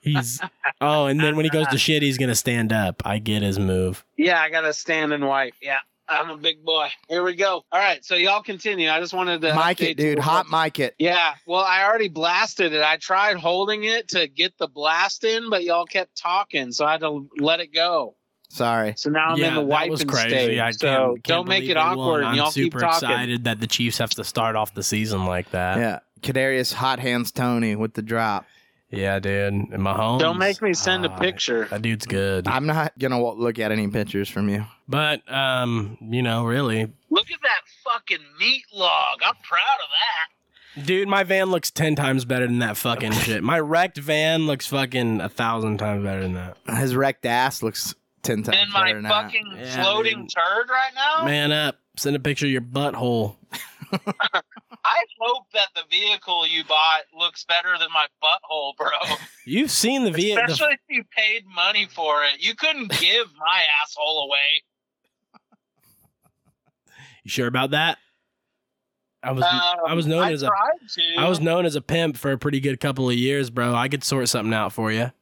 D: He's oh, and then when he goes to shit, he's gonna stand up. I get his move.
B: yeah i gotta stand and wipe yeah i'm a big boy here we go all right so y'all continue i just wanted to
A: mic
B: update
A: it, dude.
B: you.
A: Hot mic it.
B: yeah, well, I already blasted it. I tried holding it to get the blast in, but y'all kept talking, so I had to let it go.
A: Sorry.
B: So now I'm
D: yeah,
B: in the
D: that
B: wiping
D: was crazy.
B: stage.
D: I can't-
B: so
D: can't
B: don't make
D: believe
B: it
D: they won.
B: awkward.
D: I'm
B: And y'all keep
D: super
B: talking.
D: excited that the Chiefs have to start off the season like that.
A: Yeah. Kadarius Hot Hands Tony with the drop.
D: Yeah, dude. And Mahomes.
B: Don't make me send a
D: ah,
B: picture.
D: That dude's good.
A: I'm not gonna wa- look at any pictures from you.
D: But um, you know, really,
B: Look at that fucking meat log. I'm proud of that.
D: dude, my van looks ten times better than that fucking shit. My wrecked van looks fucking a thousand times better than that.
A: His wrecked ass looks ten times
B: and my
A: better than that.
B: fucking
D: Yeah,
B: floating
D: dude.
B: turd right now.
D: Man up. Send a picture of your butthole.
B: I hope that the vehicle you bought looks better than my butthole, bro.
D: You've seen the V. the-
B: Especially if you paid money for it. You couldn't give my asshole away.
D: you sure about that? I was
B: Um,
D: I was known as a
B: tried to.
D: I was known as a pimp for a pretty good couple of years, bro. I could sort something out for you,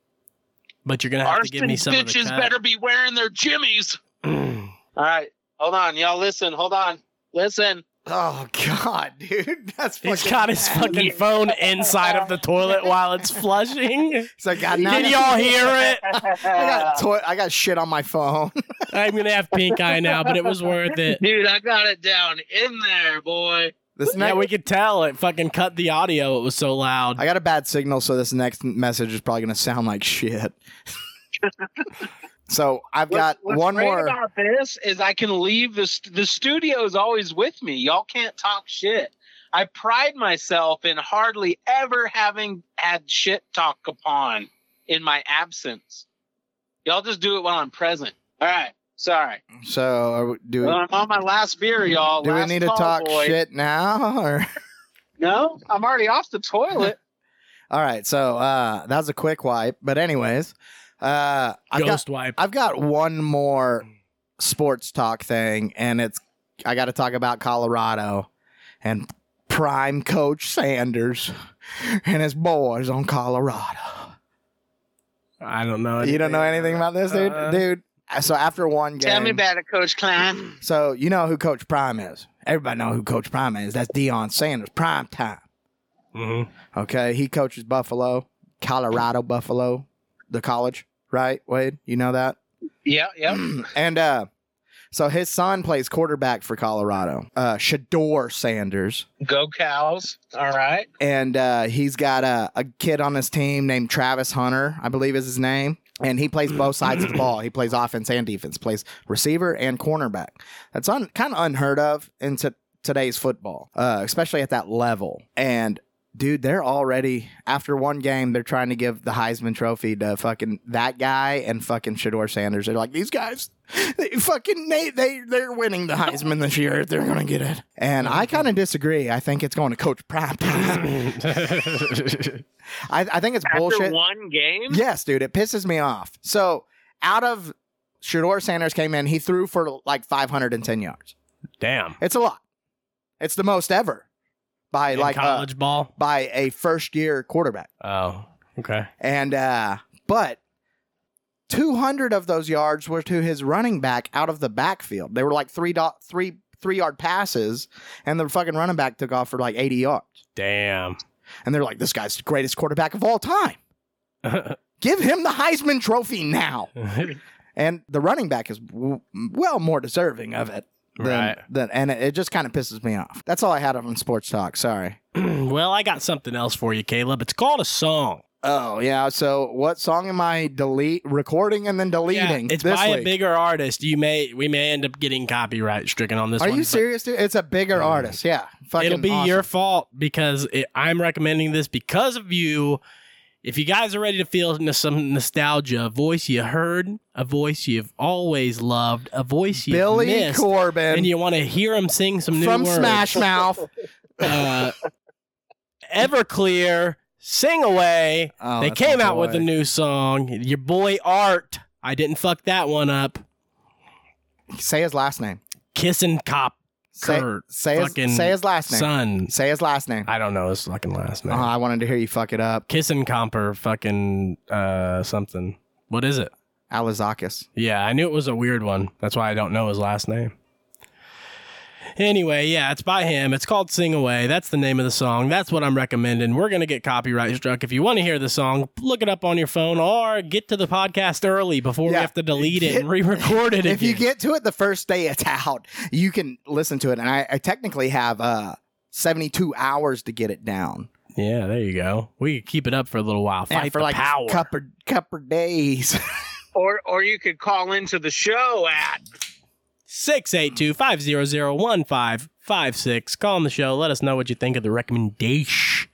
D: but you're gonna have to give
B: Arson
D: me some of the
B: bitches
D: cut.
B: better be wearing their jimmies. All right, hold on, y'all. Listen, hold on, listen.
A: Oh god, dude, that's fucking.
D: He's got his
A: bad.
D: fucking phone inside of the toilet while it's flushing.
A: He's like, God, now
D: Did y'all hear it?
A: I got toi- I got shit on my phone.
D: I'm gonna have pink eye now, but it was worth it.
B: Dude, I got it down in there, boy.
A: This
D: Yeah,
A: next,
D: we could tell it fucking cut the audio. It was so loud.
A: I got a bad signal, so this next message is probably gonna sound like shit. so I've got
B: what's
A: one
B: great
A: more.
B: about this is I can leave the st- the studio is always with me. Y'all can't talk shit. I pride myself in hardly ever having had shit talk upon in my absence. Y'all just do it while I'm present. All right, sorry.
A: so are we, do we,
B: Well, I'm on my last beer, y'all.
A: do we
B: Uh, Last
A: need to
B: call,
A: talk
B: boy.
A: shit now? Or
B: No, I'm already off the toilet.
A: all right, so uh, that was a quick wipe. But anyways, uh, I've got
D: Ghost wipe.
A: I've got one more sports talk thing, and it's I got to talk about Colorado and prime coach Sanders and his boys on Colorado.
D: I don't know.
A: You don't know anything about this, dude?
D: Uh-uh.
A: dude. So after one game,
B: Tell me about it, Coach Klein.
A: so you know who Coach Prime is. Everybody know who Coach Prime is. That's Deion Sanders, prime time.
D: Mhm.
A: Okay, he coaches Buffalo, Colorado Buffalo, the college, right? Wade, you know that.
B: Yeah, yeah.
A: and uh so his son plays quarterback for Colorado, uh Shador Sanders.
B: Go cows. All right.
A: And uh he's got a, a kid on his team named Travis Hunter, I believe is his name. And he plays both sides of the ball. He plays offense and defense, plays receiver and cornerback. That's un, kind of unheard of in to today's football, uh, especially at that level. And dude, they're already, after one game, they're trying to give the Heisman Trophy to fucking that guy and fucking Shador Sanders. They're like, these guys, they fucking, they, they, they're winning the Heisman this year if they're going to get it. And I kind of disagree. I think it's going to Coach Prime. I,
D: Mm-hmm.
A: I think it's bullshit.
B: After one game.
A: Yes, dude, it pisses me off. So out of Shador Sanders came in, he threw for like 510 yards.
D: Damn.
A: It's a lot. It's the most ever by
D: In
A: like uh,
D: college ball.
A: by a first year quarterback.
D: Oh, okay.
A: And uh but 200 of those yards were to his running back out of the backfield. They were like 3 dot 3 3 yard passes and the fucking running back took off for like 80 yards.
D: Damn.
A: And they're like this guy's the greatest quarterback of all time. Give him the Heisman trophy now. and the running back is w- well more deserving of it than,
D: Right.
A: than and it, it just kind of pisses me off that's all i had on sports talk sorry
D: well, I got something else for you, Caleb. It's called a song.
A: oh yeah so what song am i delete recording and then deleting
D: it's
A: this
D: by a
A: week?
D: bigger artist. You may we may end up getting copyright stricken on this.
A: are
D: one,
A: you
D: but
A: serious dude it's a bigger
D: Mm.
A: artist yeah fucking
D: It'll be
A: awesome.
D: your fault because it, I'm recommending this because of you. If you guys are ready to feel n- some nostalgia, a voice you heard, a voice you've always loved, a voice you
A: billy
D: missed,
A: corbin
D: and you want to hear him sing some new
A: from
D: words.
A: smash mouth
D: uh, Everclear, Sing Away.
A: Oh,
D: they
A: that's my
D: came out with
A: boy.
D: a new song. Your boy Art. I didn't fuck that one up.
A: say his last name
D: Kissing Cop
A: say,
D: Kurt,
A: say, his,
D: fucking
A: say his last name
D: Son.
A: say his last name
D: I don't know his fucking last name.
A: Oh, i wanted to hear you fuck it up
D: Kissing Comper fucking uh something. What is it?
A: alizakis
D: Yeah, I knew it was a weird one. That's why I don't know his last name. Anyway, yeah, it's by him. It's called Sing Away. That's the name of the song. That's what I'm recommending. We're going to get copyright struck. If you want to hear the song, look it up on your phone or get to the podcast early before we
A: Yeah.
D: have to delete it and re record it
A: if you
D: again.
A: get to it the first day it's out, you can listen to it. And I, I technically have uh, 72 hours to get it down.
D: yeah, there you go. We could keep it up for a little while.
A: Yeah,
D: Fight
A: for
D: the
A: like
D: power.
A: couple couple days.
B: Or or you could call into the show at
D: 682 500 1556. Call on the show. Let us know what you think of the recommendation.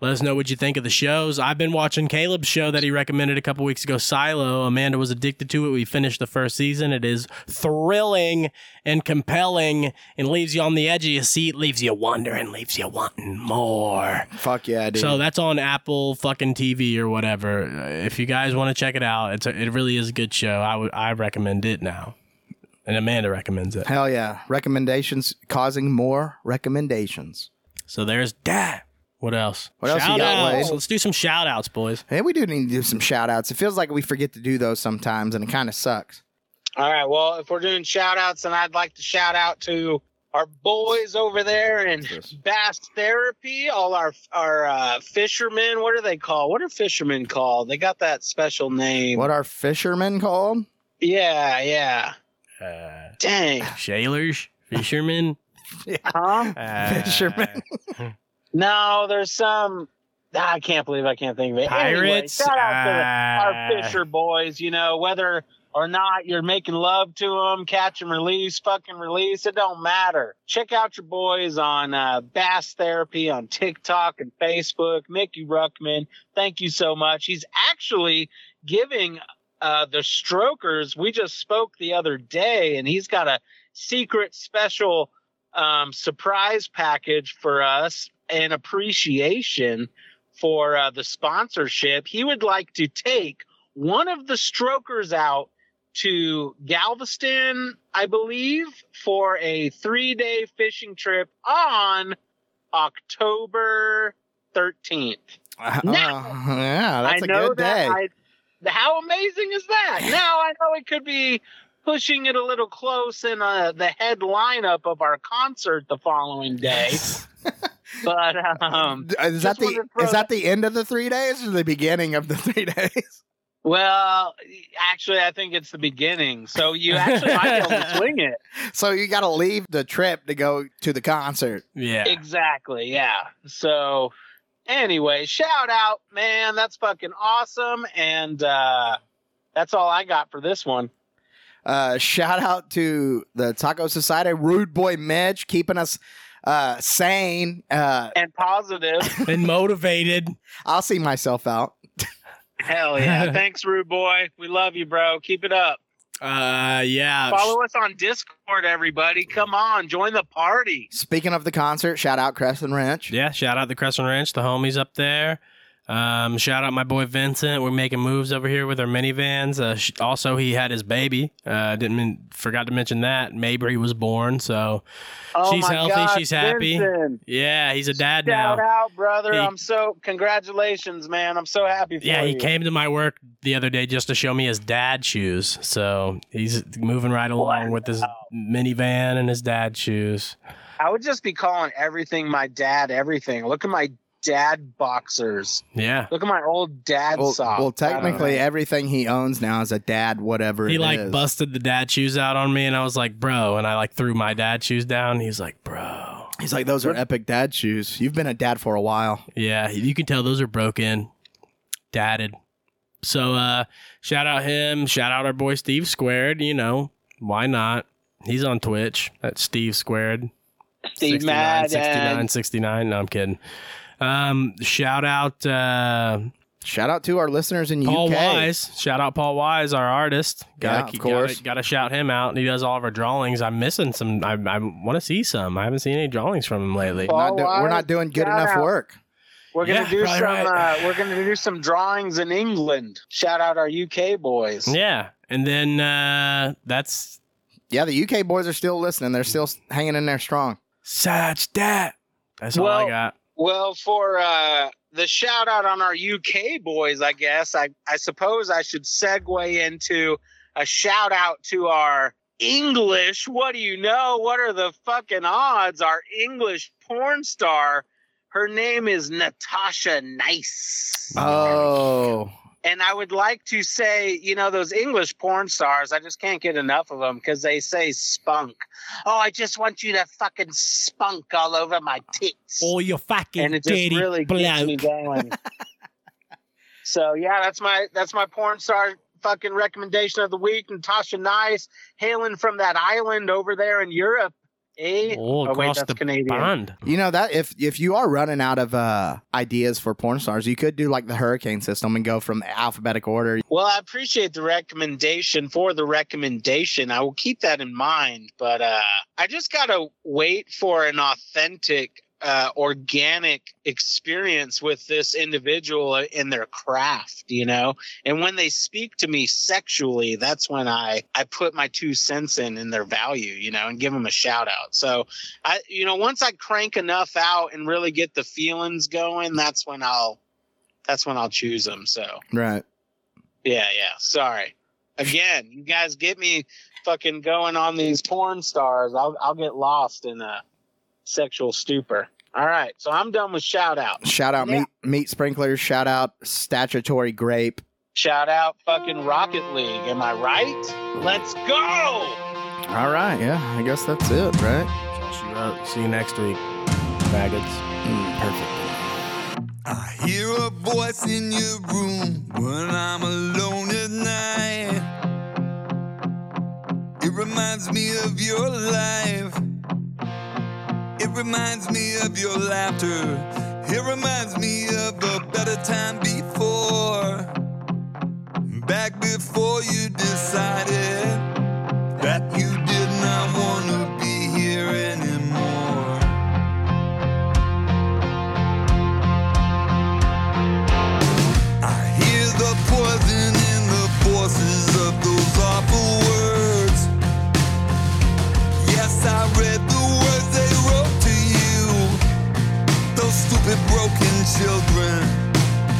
D: Let us know what you think of the shows. I've been watching Caleb's show that he recommended a couple weeks ago, Silo. Amanda was addicted to it. We finished the first season. It is thrilling and compelling and leaves you on the edge of your seat, leaves you wondering, leaves you wanting more.
A: Fuck yeah, dude.
D: So that's on Apple fucking TV or whatever. Uh, If you guys want to check it out, it's a, it really is a good show. I would I recommend it now, and Amanda recommends it.
A: Hell yeah. Recommendations causing more recommendations.
D: So there's that. What else?
A: What else you got,
D: Shout-outs.
A: Wade?
D: Let's do some shout outs, boys.
A: Hey, we do need to do some shout outs. It feels like we forget to do those sometimes and it kind of sucks.
B: All right. Well, if we're doing shout outs, then I'd like to shout out to our boys over there in
A: Yes.
B: Bass Therapy, all our our uh, fishermen. What are they called? What are fishermen called? They got that special name.
A: What are fishermen called?
B: Yeah, yeah.
D: Uh,
B: Dang.
D: sailors, fishermen,
B: Huh?
D: uh,
A: Fishermen.
B: No, there's some. Ah, I can't believe I can't think of it. Anyway,
D: pirates.
B: shout out to our
D: uh,
B: fisher boys. You know, whether or not you're making love to them, catch and release, fucking release, it don't matter. Check out your boys on uh, Bass Therapy on TikTok and Facebook. Mickey Ruckman, thank you so much. He's actually giving uh, the Strokers. We just spoke the other day, and he's got a secret special um, surprise package for us and appreciation for uh, the sponsorship. He would like to take one of the strokers out to Galveston, I believe, for a three day fishing trip on October 13th.
A: Uh,
B: Now-
A: yeah, Oh, that's
B: I
A: a
B: know
A: good day.
B: that. I, how amazing is that? now I know it could be pushing it a little close in uh, the head lineup of our concert the following day. but um,
A: D- is that
B: just
A: the
B: wanted to throw
A: is that the end of the three days or the beginning of the three days?
B: Well, actually, I think it's the beginning. So you actually might be able to swing it.
A: So you got to leave the trip to go to the concert.
D: Yeah.
B: Exactly. Yeah. So anyway, shout out, man. That's fucking awesome. And uh, that's all I got for this one.
A: Uh, shout out to the Taco Society, Rude Boy Mitch, keeping us uh, sane. Uh,
B: And positive.
D: and motivated.
A: I'll see myself out.
B: Hell yeah. Thanks, Rude Boy. We love you, bro. Keep it up.
D: Uh, yeah.
B: Follow us on Discord, everybody. Come on, join the party.
A: Speaking of the concert, shout out Crescent Ranch.
D: Yeah, shout out the Crescent Ranch, the homies up there. Um, shout out my boy Vincent. We're making moves over here with our minivans. Uh, sh- also, he had his baby. Uh, didn't mean, forgot to mention that Mabry was born. So
B: Oh
D: She's
B: my
D: healthy,
B: God,
D: she's happy.
B: Vincent.
D: yeah, he's a dad now.
B: Shout out, brother.
D: He-
B: I'm so congratulations, man. I'm so happy for
D: Yeah,
B: you.
D: he came to my work the other day just to show me his dad shoes. So he's moving right along with his minivan and his dad shoes.
B: I would just be calling everything my dad everything. Look at my dad boxers.
D: Yeah,
B: Look at my old dad
A: Well,
B: socks.
A: well,
B: I don't
A: technically,
B: know.
A: everything he owns now is a dad, whatever
D: he
A: it
D: like
A: is.
D: busted the dad shoes out on me, and I was like, "Bro," and I like threw my dad shoes down. He's like, "Bro."
A: He's like, those are epic dad shoes. You've been a dad for a while.
D: Yeah, you can tell those are broken, dadded. So uh shout out him, shout out our boy Steve Squared, you know, why not? He's on Twitch. That's Steve Squared.
B: Steve Madden.
D: 69, 69. No, I'm kidding. Um shout out uh
A: Shout out to our listeners in
D: Paul
A: UK.
D: Wise. Shout out Paul Wise, our artist.
A: Yeah, of
D: keep-
A: course.
D: Gotta, gotta shout him out. He does all of our drawings. I'm missing some I I wanna see some. I haven't seen any drawings from him lately.
B: Paul-
A: Not do- we're
B: Wise,
A: not doing good
B: shout
A: enough
B: out.
A: work.
B: We're gonna
D: Yeah,
B: do
D: probably
B: some.
D: right.
B: Uh, we're gonna do some drawings in England. Shout out our UK boys.
D: Yeah. And then uh that's
A: Yeah, the UK boys are still listening. They're still s- hanging in there strong.
D: Such that. That's all I
B: Well-
D: got.
B: Well, for uh, the shout out on our UK boys, I guess I I suppose I should segue into a shout out to our English. What do you know? What are the fucking odds? Our English porn star. Her name is Natasha Nice.
A: Oh,
B: And I would like to say, you know, those English porn stars, I just can't get enough of them because they say spunk. Oh, I just want you to fucking spunk all over my tits.
G: Or you fucking
B: and it just
G: dirty
B: really gets me
G: bloke.
B: going. so yeah, that's my that's my porn star fucking recommendation of the week. Natasha Nice hailing from that island over there in Europe. Eh?
D: Oh,
B: wait,
D: across
B: that's
D: the
B: Canadian.
D: pond.
A: you know that if if you are running out of uh, ideas for porn stars, you could do like the hurricane system and go from alphabetic order.
B: Well, I appreciate the recommendation for the recommendation. I will keep that in mind, but uh, I just gotta wait for an authentic, uh, organic experience with this individual in their craft, you know. And when they speak to me sexually, that's when I I put my two cents in in their value, you know, and give them a shout out. So I, you know, once I crank enough out and really get the feelings going, that's when I'll that's when I'll choose them. So.
A: Right.
B: Yeah, yeah. Sorry. Again, you guys get me fucking going on these porn stars. I'll I'll get lost in a sexual stupor. All right, so I'm done with shout out.
A: Shout out
B: Yeah.
A: meat meat sprinklers. Shout out statutory grape.
B: Shout out fucking Rocket League. Am I right? Let's go.
A: All right. Yeah. I guess that's it. Right.
D: Josh, you up. See you next week, faggots. Mm,
F: I hear a voice in your room when I'm alone at night. It reminds me of your life. It reminds me of your laughter. It reminds me of a better time before. Back before you decided that you did not want to be here anymore. I hear the poison in the voices of those awful words. Yes, I read the words they wrote to you. Those stupid broken children.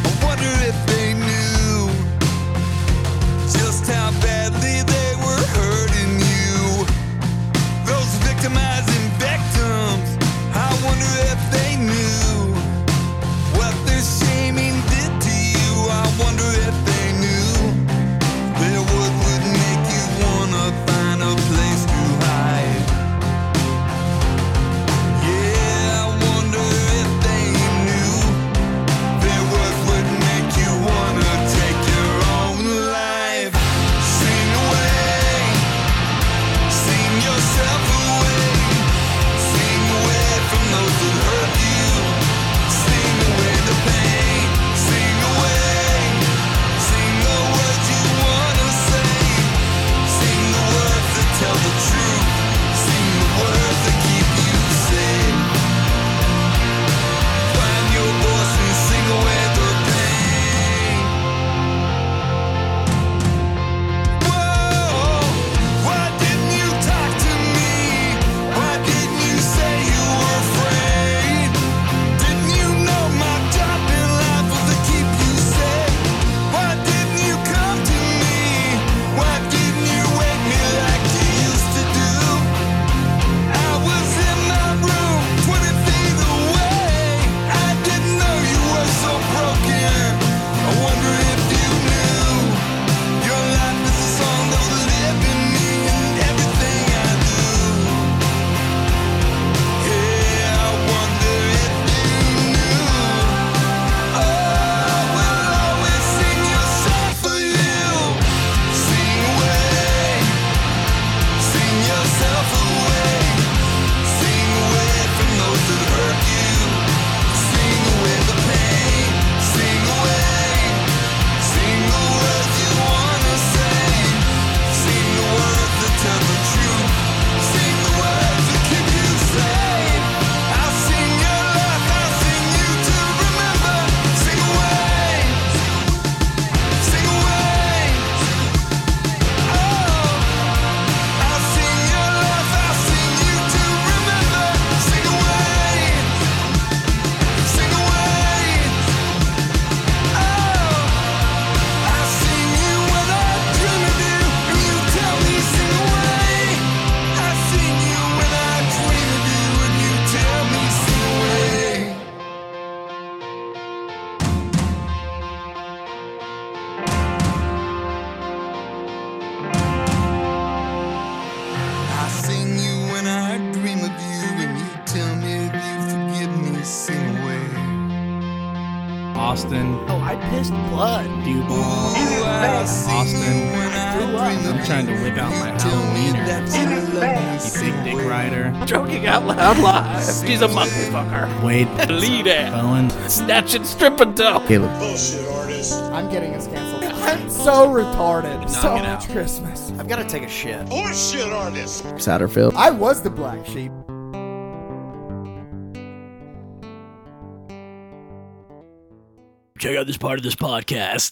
F: I wonder if they knew. Just Oh, Oh, Austin,
H: Oh, I pissed blood, dude.
F: Austin.
I: I'm
F: I'm trying to whip out my Halloweener. You big dick rider.
C: Joking out loud live. She's a motherfucker.
F: Wade
C: Lead it.
F: Bowen.
C: Snatch and strip until.
J: I'm getting us canceled. I'm so retarded. so
C: it
J: much Christmas.
A: I've got to take a shit.
C: Satterfield.
J: I was the black sheep.
H: Check out this part of this podcast.